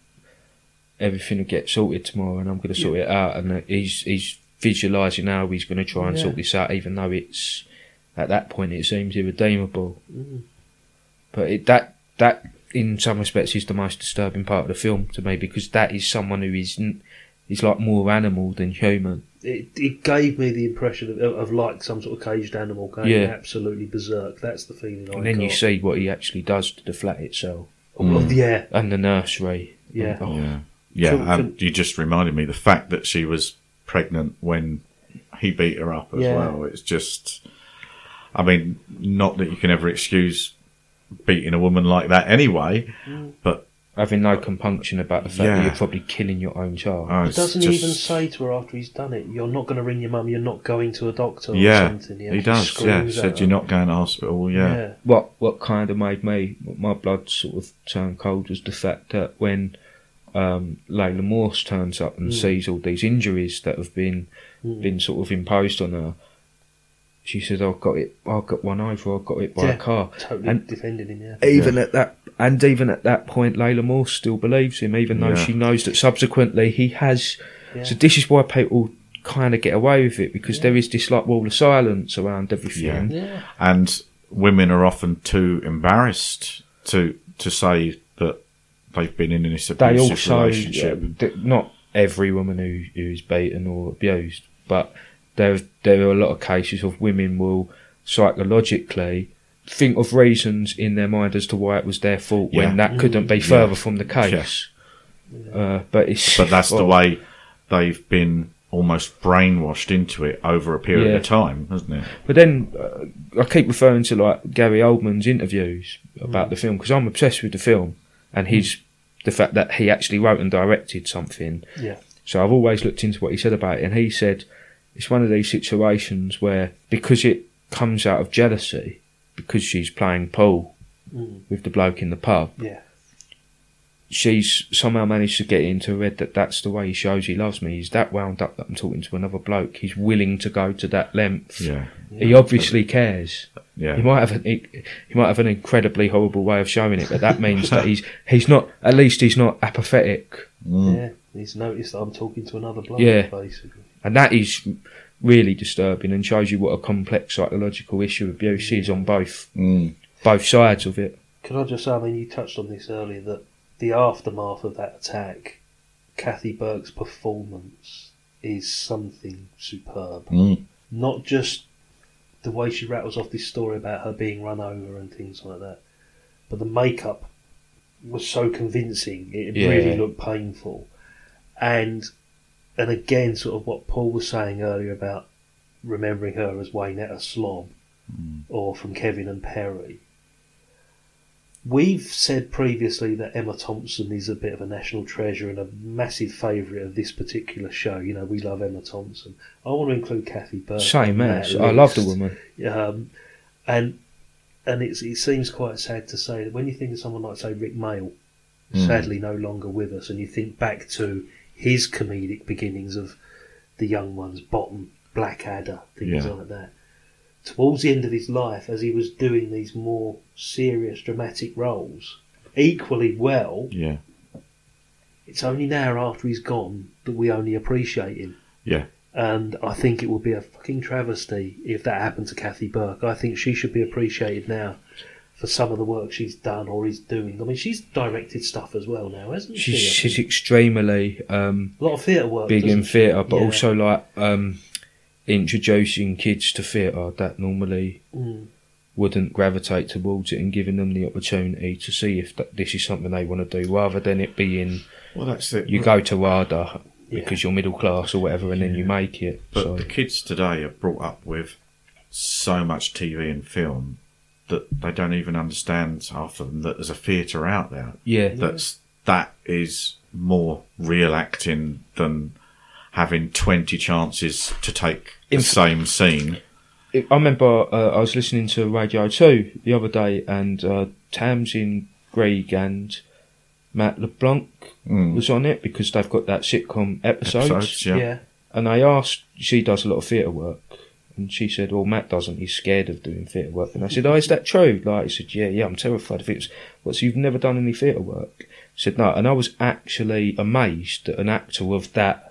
Speaker 4: everything will get sorted tomorrow and I'm going to sort it out. And that he's he's visualising how he's going to try and sort this out, even though it's at that point it seems irredeemable. But it, that that in some respects is the most disturbing part of the film to me because that is someone who isn't. He's like more animal than human.
Speaker 3: It, it gave me the impression of, of like some sort of caged animal going
Speaker 4: Yeah.
Speaker 3: absolutely berserk. That's the feeling I
Speaker 4: And then
Speaker 3: got. Oh,
Speaker 4: you see what he actually does to the flat itself
Speaker 3: Well,
Speaker 5: mm.
Speaker 3: yeah,
Speaker 4: and the nursery.
Speaker 3: Yeah.
Speaker 4: Oh,
Speaker 5: Yeah, yeah.
Speaker 3: Can-
Speaker 5: um, you just reminded me the fact that she was pregnant when he beat her up as
Speaker 3: Yeah.
Speaker 5: well. It's just, I mean, not that you can ever excuse beating a woman like that anyway, but
Speaker 4: having no compunction about the fact
Speaker 5: Yeah.
Speaker 4: that you're probably killing your own child.
Speaker 5: oh,
Speaker 3: He
Speaker 5: it's
Speaker 3: doesn't
Speaker 5: just,
Speaker 3: even say to her after he's done it, "You're not going to ring your mum. You're not going to a doctor." or
Speaker 5: Yeah,
Speaker 3: something.
Speaker 5: he
Speaker 3: actually
Speaker 5: does. Yeah,
Speaker 3: screams at
Speaker 5: said
Speaker 3: her.
Speaker 5: you're not going to hospital. Yeah,
Speaker 3: yeah.
Speaker 4: What what kind of made me my blood sort of turned cold was the fact that when um, Layla Morse turns up and sees all these injuries that have been been sort of imposed on her, she says, "I've got it. I got one over. I got it by
Speaker 3: Yeah,
Speaker 4: a car."
Speaker 3: Totally
Speaker 4: And-
Speaker 3: defending him. Yeah.
Speaker 4: Even at that, and even at that point, Layla Morse still believes him, even though
Speaker 5: Yeah.
Speaker 4: she knows that subsequently he has.
Speaker 3: Yeah.
Speaker 4: So this is why people kind of get away with it because there is this like wall of silence around everything.
Speaker 5: Yeah.
Speaker 3: yeah.
Speaker 5: and women are often too embarrassed to to say that they've been in this
Speaker 4: they
Speaker 5: abusive
Speaker 4: also
Speaker 5: relationship.
Speaker 4: uh, th- not every woman who who is beaten or abused, but there there are a lot of cases of women will psychologically think of reasons in their mind as to why it was their fault
Speaker 5: Yeah. Mm-hmm.
Speaker 4: when that couldn't be further from the case. Uh, but it's
Speaker 5: but
Speaker 4: <laughs>
Speaker 5: that's the
Speaker 4: well,
Speaker 5: way they've been almost brainwashed into it over a period
Speaker 4: Yeah.
Speaker 5: of time, hasn't it?
Speaker 4: But then uh, I keep referring to like Gary Oldman's interviews about the film because I'm obsessed with the film and his the fact that he actually wrote and directed something.
Speaker 3: Yeah.
Speaker 4: So I've always looked into what he said about it, and he said it's one of these situations where because it comes out of jealousy, because she's playing pool with the bloke in the pub,
Speaker 3: Yeah.
Speaker 4: she's somehow managed to get it into her head that that's the way he shows he loves me. He's that wound up that I'm talking to another bloke. He's willing to go to that length.
Speaker 5: Yeah.
Speaker 4: He obviously cares.
Speaker 5: Yeah.
Speaker 4: He might have an he might have an incredibly horrible way of showing it, but that means that he's <laughs> he's not at least he's not apathetic,
Speaker 5: Mm.
Speaker 3: Yeah. He's noticed that I'm talking to another bloke.
Speaker 4: Yeah.
Speaker 3: Basically.
Speaker 4: and that is really disturbing and shows you what a complex psychological issue abuse is on both
Speaker 5: Mm.
Speaker 4: both sides of it.
Speaker 3: Could I just say, I mean, you touched on this earlier that the aftermath of that attack, Kathy Burke's performance is something superb.
Speaker 5: Mm.
Speaker 3: Not just the way she rattles off this story about her being run over and things like that, but the makeup was so convincing. It
Speaker 4: Yeah.
Speaker 3: really looked painful. And and again, sort of what Paul was saying earlier about remembering her as Wayne Etta Slob or from Kevin and Perry We've said previously that Emma Thompson is a bit of a national treasure and a massive favourite of this particular show. You know, we love Emma Thompson. I want to include Kathy Burke.
Speaker 4: Same
Speaker 3: on
Speaker 4: as.
Speaker 3: that
Speaker 4: I love the
Speaker 3: list.
Speaker 4: woman.
Speaker 3: Um, and and it's, it seems quite sad to say that when you think of someone like, say, Rick Mail, sadly no longer with us, and you think back to his comedic beginnings of the young ones, Bottom, Blackadder, things
Speaker 5: Yeah.
Speaker 3: like that. Towards the end of his life, as he was doing these more serious, dramatic roles, equally well,
Speaker 5: Yeah.
Speaker 3: it's only now after he's gone that we only appreciate him.
Speaker 5: Yeah.
Speaker 3: And I think it would be a fucking travesty if that happened to Kathy Burke. I think she should be appreciated now for some of the work she's done or is doing. I mean, she's directed stuff as well now, hasn't
Speaker 4: She's,
Speaker 3: she?
Speaker 4: she's extremely um,
Speaker 3: a lot of theatre work.
Speaker 4: big
Speaker 3: doesn't
Speaker 4: in
Speaker 3: she?
Speaker 4: theatre, but
Speaker 3: Yeah.
Speaker 4: also like um, introducing kids to theatre that normally
Speaker 3: Mm.
Speaker 4: wouldn't gravitate towards it and giving them the opportunity to see if that, this is something they want to do rather than it being
Speaker 5: Well, that's it.
Speaker 4: you go to RADA
Speaker 3: Yeah.
Speaker 4: because you're middle class or whatever and then you make it.
Speaker 5: But
Speaker 4: so,
Speaker 5: the kids today are brought up with so much TV and film that they don't even understand half of them that there's a theatre out there.
Speaker 4: yeah.
Speaker 5: That's that is more real acting than having twenty chances to take the
Speaker 4: In-
Speaker 5: same scene.
Speaker 4: I remember uh, I was listening to Radio 2 the other day, and uh, Tamsin Greig and Matt LeBlanc was on it because they've got that sitcom episodes.
Speaker 5: Mm. Episodes,
Speaker 3: Yeah.
Speaker 5: yeah.
Speaker 4: And I asked, she does a lot of theatre work. And she said, well, Matt doesn't. He's scared of doing theatre work. And I said, oh, is that true? Like, he said, yeah, yeah, I'm terrified of it. What, so you've never done any theatre work? I said, no. And I was actually amazed that an actor of that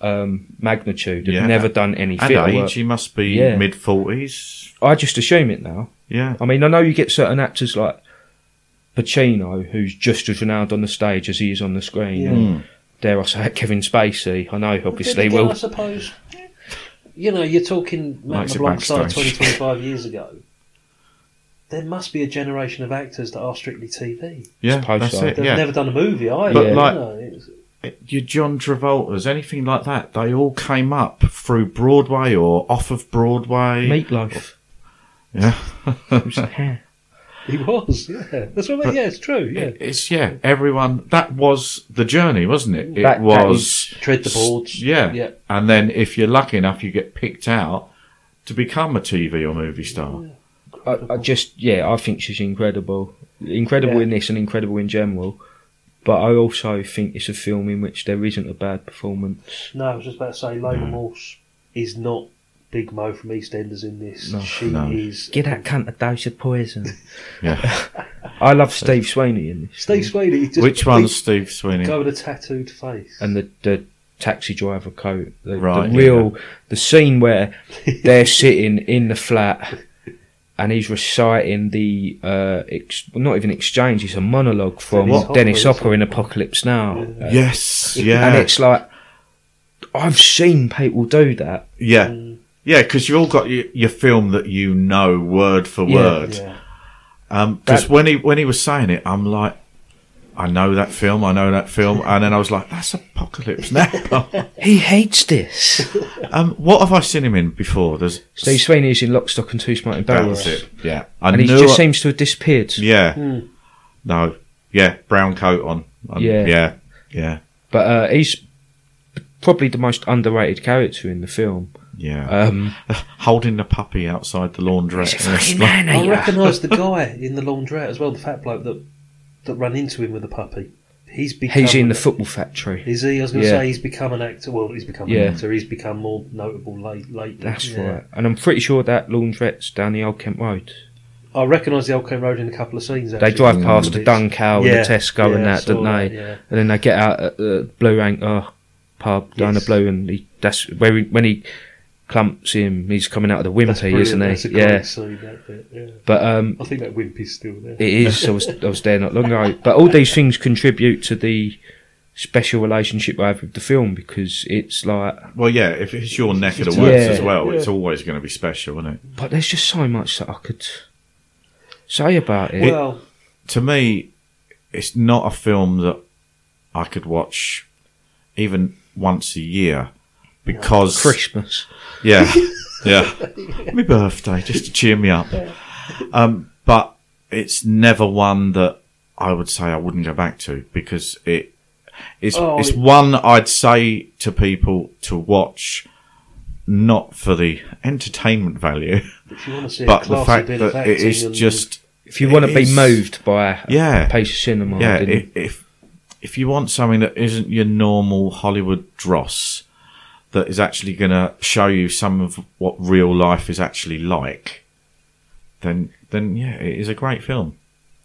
Speaker 4: um, magnitude had
Speaker 5: Yeah.
Speaker 4: never done any
Speaker 5: And
Speaker 4: theatre
Speaker 5: age,
Speaker 4: work.
Speaker 5: he must be
Speaker 4: Yeah.
Speaker 5: mid forties.
Speaker 4: I just assume it now.
Speaker 5: Yeah.
Speaker 4: I mean, I know you get certain actors like Pacino, who's just as renowned on the stage as he is on the screen.
Speaker 3: Yeah.
Speaker 4: And dare I say, it, Kevin Spacey. I know,
Speaker 3: But then
Speaker 4: obviously,
Speaker 3: again, I
Speaker 4: will.
Speaker 3: suppose, you know, you're talking Matt
Speaker 5: Likes of
Speaker 3: LeBlanc started 20,
Speaker 5: Backstage.
Speaker 3: 25 years ago. There must be a generation of actors that are strictly TV.
Speaker 5: Yeah,
Speaker 4: Suppose
Speaker 5: that's
Speaker 4: so.
Speaker 5: it.
Speaker 3: They've
Speaker 5: Yeah,
Speaker 3: never done a movie either.
Speaker 5: But
Speaker 3: you
Speaker 5: like-
Speaker 3: know, it's-
Speaker 5: your John Travolta's, anything like that, they all came up through Broadway or off of Broadway.
Speaker 4: Meatloaf.
Speaker 5: Yeah.
Speaker 3: <laughs> he was, yeah. That's what I mean. Yeah, it's true. Yeah.
Speaker 5: It- It's yeah, everyone. That was the journey, wasn't it? It
Speaker 4: That- that
Speaker 5: was
Speaker 3: Tread the boards.
Speaker 5: yeah.
Speaker 3: Yeah.
Speaker 5: And then if you're lucky enough, you get picked out to become a TV or movie star.
Speaker 4: I, I just, yeah, I think she's incredible. Incredible
Speaker 3: Yeah.
Speaker 4: in this and incredible in general. But I also think it's a film in which there isn't a bad performance.
Speaker 3: No, I was just about to say,
Speaker 4: Mm.
Speaker 3: Lola Morse is not Big Mo from EastEnders in this.
Speaker 4: No,
Speaker 3: she
Speaker 5: no.
Speaker 3: is.
Speaker 4: Give that cunt a dose of poison. <laughs>
Speaker 5: Yeah.
Speaker 4: I love Steve Sweeney in this.
Speaker 3: Steve Sweeney. Just
Speaker 5: Which one's Steve Sweeney?
Speaker 3: Go with a tattooed face.
Speaker 4: and the, the taxi driver coat. The,
Speaker 5: Right,
Speaker 4: the real the scene where they're sitting in the flat and he's reciting the uh, ex, well, not even exchange. It's a monologue from
Speaker 3: Dennis Hopper,
Speaker 4: Dennis
Speaker 3: isn't
Speaker 4: Hopper
Speaker 3: it?
Speaker 4: in Apocalypse Now. Uh,
Speaker 5: Yes. Yeah.
Speaker 4: and it's like I've seen people do that.
Speaker 5: yeah.
Speaker 4: Mm.
Speaker 5: Yeah, because you've all got your, your film that you know word for
Speaker 4: Yeah.
Speaker 5: word.
Speaker 3: yeah.
Speaker 5: Because
Speaker 4: That-
Speaker 5: when he when he was saying it, I'm like, I know that film, I know that
Speaker 4: <laughs>
Speaker 5: film, and then I was like, that's Apocalypse Now. <laughs>
Speaker 4: He hates this.
Speaker 5: um, what have I seen him in before? There's
Speaker 4: Steve Sweeney is in Lock, Stock and Two Smoking Barrels,
Speaker 5: That's it. Yeah, I
Speaker 4: and he
Speaker 5: knew
Speaker 4: just
Speaker 5: I-
Speaker 4: seems to have disappeared.
Speaker 5: Yeah.
Speaker 4: Hmm.
Speaker 5: No. Yeah, brown coat on. Um,
Speaker 4: Yeah.
Speaker 5: Yeah. Yeah.
Speaker 4: But uh, he's probably the most underrated character in the film.
Speaker 5: Yeah.
Speaker 4: Um,
Speaker 5: <laughs> Holding the puppy outside the laundrette. It's like-
Speaker 3: I recognise the guy in the laundrette as well, the fat bloke that that ran into him with the puppy. He's become.
Speaker 4: He's in the football factory.
Speaker 3: Is he? I was going to
Speaker 4: Yeah.
Speaker 3: say he's become an actor. Well, he's become
Speaker 4: Yeah.
Speaker 3: an actor. He's become more notable late. Lately.
Speaker 4: That's
Speaker 3: Yeah.
Speaker 4: right. And I'm pretty sure that laundrette's down the Old Kent Road.
Speaker 3: I recognise the Old Cone Road in a couple of scenes. Actually.
Speaker 4: They drive past the
Speaker 3: It's-
Speaker 4: Dun Cow and
Speaker 3: Yeah,
Speaker 4: Oh, the Tesco and
Speaker 3: yeah,
Speaker 4: that,
Speaker 3: I
Speaker 4: don't
Speaker 3: saw
Speaker 4: they?
Speaker 3: that, yeah.
Speaker 4: And then they get out at the Blue Anchor pub down
Speaker 3: Yes.
Speaker 4: the Blue, and he, that's where he, when he clumps him, he's coming out of the
Speaker 3: That's
Speaker 4: wimpy,
Speaker 3: brilliant.
Speaker 4: isn't he?
Speaker 3: That's a great
Speaker 4: yeah.
Speaker 3: scene, that bit, yeah.
Speaker 4: But um,
Speaker 3: I think that wimpy's still there.
Speaker 4: it is. I was I was there not long ago. But all these things contribute to the special relationship I have with the film because it's like,
Speaker 5: well, yeah, if it's your neck of the
Speaker 4: Yeah.
Speaker 5: woods as well, it's always going to be special, isn't it?
Speaker 4: but there's just so much that I could say about it.
Speaker 3: well,
Speaker 5: To me, it's not a film that I could watch even once a year because.
Speaker 4: Christmas.
Speaker 3: <laughs>
Speaker 5: Yeah. Yeah. My birthday, just to cheer me up. Um, but it's never one that I would say I wouldn't go back to because it it's
Speaker 3: Oh,
Speaker 5: it's
Speaker 3: it-
Speaker 5: one I'd say to people to watch not for the entertainment value,
Speaker 3: If you want to see
Speaker 5: but
Speaker 3: a
Speaker 5: the
Speaker 3: classy
Speaker 5: fact
Speaker 3: bit of
Speaker 5: that it
Speaker 3: acting
Speaker 5: is
Speaker 3: and-
Speaker 5: just
Speaker 4: If you want to
Speaker 5: it
Speaker 4: be
Speaker 5: is-
Speaker 4: moved by a
Speaker 5: Yeah.
Speaker 4: piece of cinema,
Speaker 5: yeah,
Speaker 4: then
Speaker 5: if, if if you want something that isn't your normal Hollywood dross, that is actually going to show you some of what real life is actually like, then then yeah, it is a great film.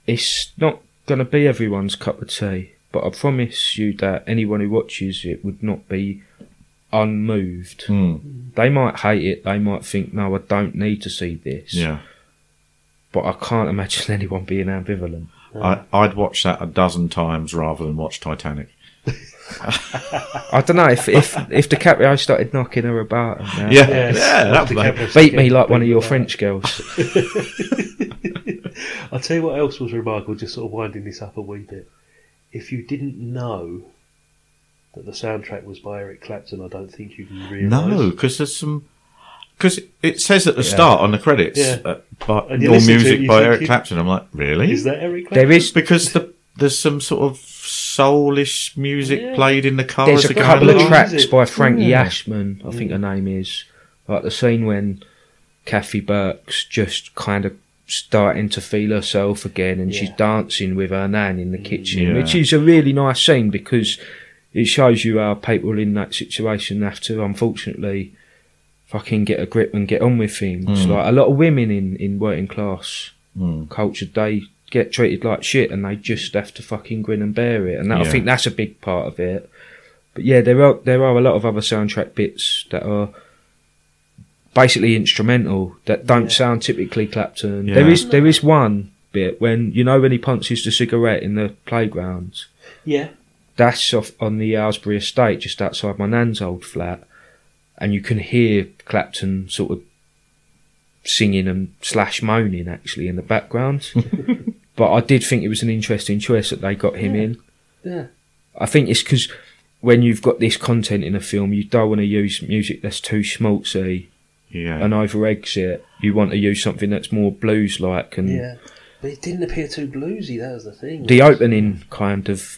Speaker 4: it's not going to be everyone's cup of tea. But I promise you that anyone who watches it would not be unmoved.
Speaker 5: Hmm.
Speaker 4: They might hate it. They might think, "No, I don't need to see this."
Speaker 5: Yeah,
Speaker 4: But I can't imagine <laughs> anyone being ambivalent.
Speaker 5: I, I'd watch that a dozen times rather than watch Titanic.
Speaker 4: I don't know if if if DiCaprio started knocking her about. and that,
Speaker 5: Yeah,
Speaker 3: Yes.
Speaker 5: yeah, that would
Speaker 3: DiCaprio's
Speaker 4: Beat
Speaker 3: getting
Speaker 4: me like one of
Speaker 3: beat
Speaker 4: your
Speaker 3: by-
Speaker 4: French girls.
Speaker 3: <laughs> I'll tell you what else was remarkable, just sort of winding this up a wee bit. If you didn't know that the soundtrack was by Eric Clapton, I don't think you can realise.
Speaker 5: No, because there's some. Because it says at the start on the credits,
Speaker 3: Yeah.
Speaker 5: uh, but
Speaker 3: And you
Speaker 5: all
Speaker 3: listen to it,
Speaker 5: music
Speaker 3: you
Speaker 5: by
Speaker 3: think
Speaker 5: Eric
Speaker 3: you-
Speaker 5: Clapton. I'm like, really?
Speaker 3: Is that Eric Clapton?
Speaker 4: There is
Speaker 5: because the there's some sort of soulish music
Speaker 3: Yeah.
Speaker 5: played in the car.
Speaker 4: there's
Speaker 5: as
Speaker 4: a
Speaker 5: they're
Speaker 4: couple
Speaker 5: going
Speaker 4: of
Speaker 3: along,
Speaker 5: along.
Speaker 4: tracks
Speaker 3: is it?
Speaker 4: by Frankie Ashman, I think her name is. Like the scene when Kathy Burke's just kind of starting to feel herself again and she's
Speaker 3: Yeah.
Speaker 4: dancing with her nan in the kitchen,
Speaker 5: Yeah.
Speaker 4: which is a really nice scene because it shows you how people in that situation have to unfortunately fucking get a grip and get on with things.
Speaker 5: Mm.
Speaker 4: Like a lot of women in, in working class culture, they get treated like shit and they just have to fucking grin and bear it. And that, I
Speaker 5: Yeah.
Speaker 4: think that's a big part of it. But yeah, there are there are a lot of other soundtrack bits that are basically instrumental that don't sound typically Clapton. There
Speaker 5: Yeah.
Speaker 4: is there is one bit when you know when he punches the cigarette in the playground.
Speaker 3: Yeah.
Speaker 4: That's off on the Aylesbury estate, just outside my nan's old flat, and you can hear Clapton sort of singing and slash moaning actually in
Speaker 3: <laughs>
Speaker 4: the background. but I did think it was an interesting choice that they got him in.
Speaker 3: Yeah.
Speaker 4: I think it's because when you've got this content in a film, you don't want to use music that's too schmaltzy
Speaker 5: Yeah,
Speaker 4: and over eggs it. You want to use something that's more blues like. And
Speaker 3: Yeah. But it didn't appear too bluesy, that was the thing.
Speaker 4: the opening kind of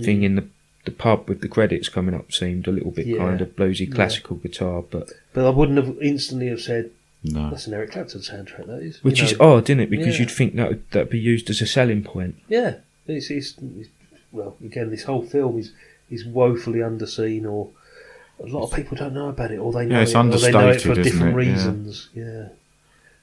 Speaker 4: thing in the, the pub with the credits coming up seemed a little bit
Speaker 3: Yeah.
Speaker 4: kind of bluesy classical guitar, but
Speaker 3: But I wouldn't have instantly have said,
Speaker 5: no.
Speaker 3: that's an Eric Clapton soundtrack, that is. You
Speaker 4: which is
Speaker 3: know,
Speaker 4: odd, isn't it? Because
Speaker 3: yeah.
Speaker 4: you'd think that would, that'd be used as a selling point.
Speaker 3: Yeah. It's, it's, it's, well, again, this whole film is, is woefully underseen, or a lot of people don't know about it, or they know,
Speaker 5: Yeah, it's
Speaker 3: it, or they know it for
Speaker 5: understated, isn't
Speaker 3: different
Speaker 5: it? Yeah.
Speaker 3: reasons. Yeah.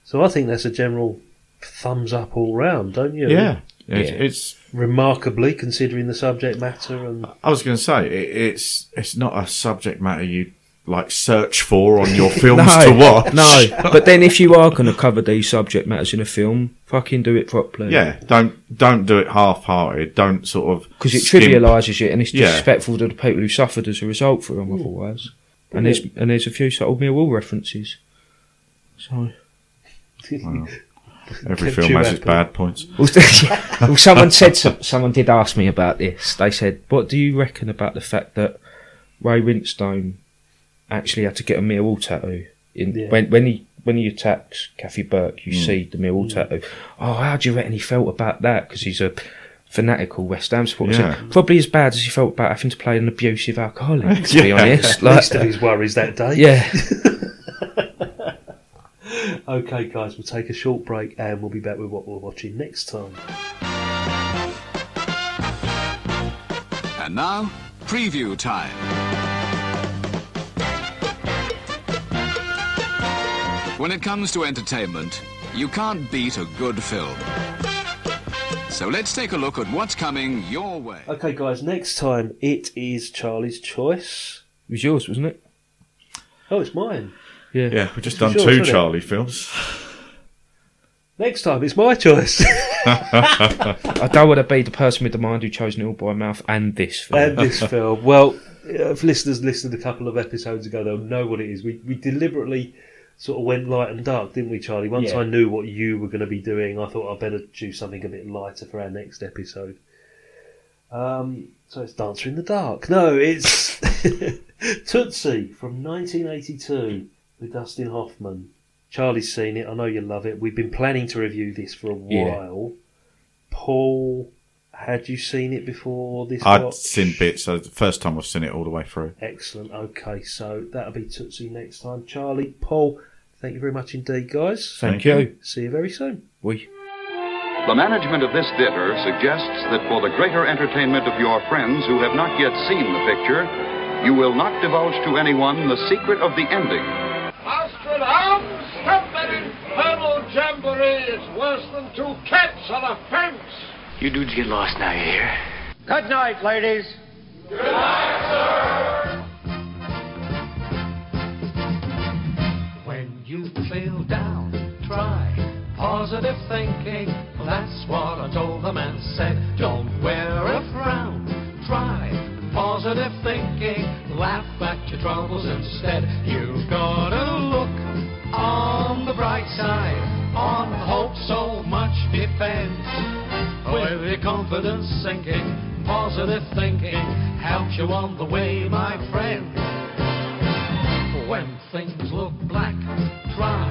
Speaker 3: So I think that's a general thumbs up all round, don't you?
Speaker 5: Yeah, It's,
Speaker 4: Yeah.
Speaker 5: it's.
Speaker 3: Remarkably, considering the subject matter and. <laughs>
Speaker 5: I was going to say it, it's. It's not a subject matter you like search for on
Speaker 4: <laughs>
Speaker 5: your films to watch.
Speaker 4: no.
Speaker 5: <laughs>
Speaker 4: But then, if you are going to cover these subject matters in a film, fucking do it properly.
Speaker 5: Yeah, don't don't do it half-hearted. Don't sort of
Speaker 4: because it
Speaker 5: skimp.
Speaker 4: trivialises it and it's
Speaker 5: Yeah.
Speaker 4: disrespectful to the people who suffered as a result from otherwise. And there's and there's a few subtle Millwall references. So
Speaker 5: Every
Speaker 3: kept
Speaker 5: film
Speaker 3: you
Speaker 5: has its
Speaker 3: happy.
Speaker 5: bad points.
Speaker 4: well, <laughs> someone said some- someone did ask me about this. They said, "What do you reckon about the fact that Ray Winstone actually had to get a Millwall tattoo in
Speaker 3: Yeah.
Speaker 4: when when he when he attacks Kathy Burke?
Speaker 5: Mm.
Speaker 4: You see the Millwall tattoo. Oh, how do you reckon he felt about that? Because he's a fanatical West Ham supporter. I said,
Speaker 5: Yeah.
Speaker 4: Probably as bad as he felt about having to play an abusive alcoholic. To
Speaker 5: <laughs>
Speaker 4: be
Speaker 5: Yeah.
Speaker 4: honest, like,
Speaker 3: Least of his worries that day.
Speaker 4: yeah.
Speaker 3: Okay, guys, we'll take a short break and we'll be back with what we're watching next time.
Speaker 7: And now, preview time. When it comes to entertainment, you can't beat a good film. So let's take a look at what's coming your way.
Speaker 3: Okay, guys, next time it is Charlie's choice.
Speaker 4: It was yours, wasn't it?
Speaker 3: Oh, it's mine.
Speaker 5: Yeah, we've just done
Speaker 3: Sure,
Speaker 5: two
Speaker 3: sure.
Speaker 5: Charlie films.
Speaker 3: Next time it's my choice. <laughs>
Speaker 4: I don't want to be the person with the mind who chose Neil by mouth and this film.
Speaker 5: Um,
Speaker 3: and this film. Well, uh, if listeners listened a couple of episodes ago, they'll know what it is. We, we deliberately sort of went light and dark, didn't we, Charlie? Once
Speaker 4: Yeah.
Speaker 3: I knew what you were going to be doing, I thought I'd better choose something a bit lighter for our next episode. Um, so it's Dancer in the Dark. No, <laughs> it's Tootsie from 1982 with Dustin Hoffman. Charlie's seen it. I know you love it. We've been planning to review this for a
Speaker 4: Yeah.
Speaker 3: while. Paul, had you seen it before this?
Speaker 5: I'd
Speaker 3: watch?
Speaker 5: seen bits. So the first time I've seen it all the way through.
Speaker 3: Excellent. Okay, so that'll be Tootsie next time. Charlie, Paul, thank you very much indeed, guys.
Speaker 4: Thank,
Speaker 5: Thank
Speaker 4: you.
Speaker 3: See you very soon.
Speaker 4: We.
Speaker 10: The management of this theater suggests that for the greater entertainment of your friends who have not yet seen the picture, you will not divulge to anyone the secret of the ending.
Speaker 2: Nostradamus, stop that infernal jamboree. It's worse than two cats on a fence.
Speaker 8: You dudes get lost now, you hear?
Speaker 2: Good night, ladies.
Speaker 6: When you feel down, try positive thinking. That's what I told the man said. Don't wear a frown. Try positive thinking. Laugh at your troubles instead. You've got to look on the bright side. On hope so much depends. With your confidence sinking, positive thinking helps you on the way, my friend. When things look black, try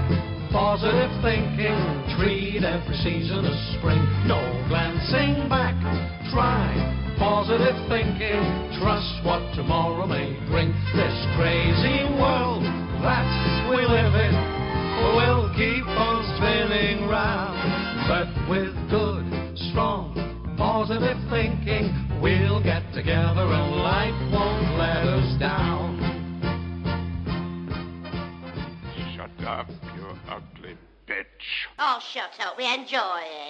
Speaker 6: positive thinking. Treat every season as spring. No glancing back. Try positive thinking. Trust what tomorrow may bring. This crazy world that we live in will keep on spinning round. But with good, strong, positive thinking, we'll get together and life won't let us down.
Speaker 2: Shut up, you ugly bitch.
Speaker 10: Oh, shut up. We enjoy it.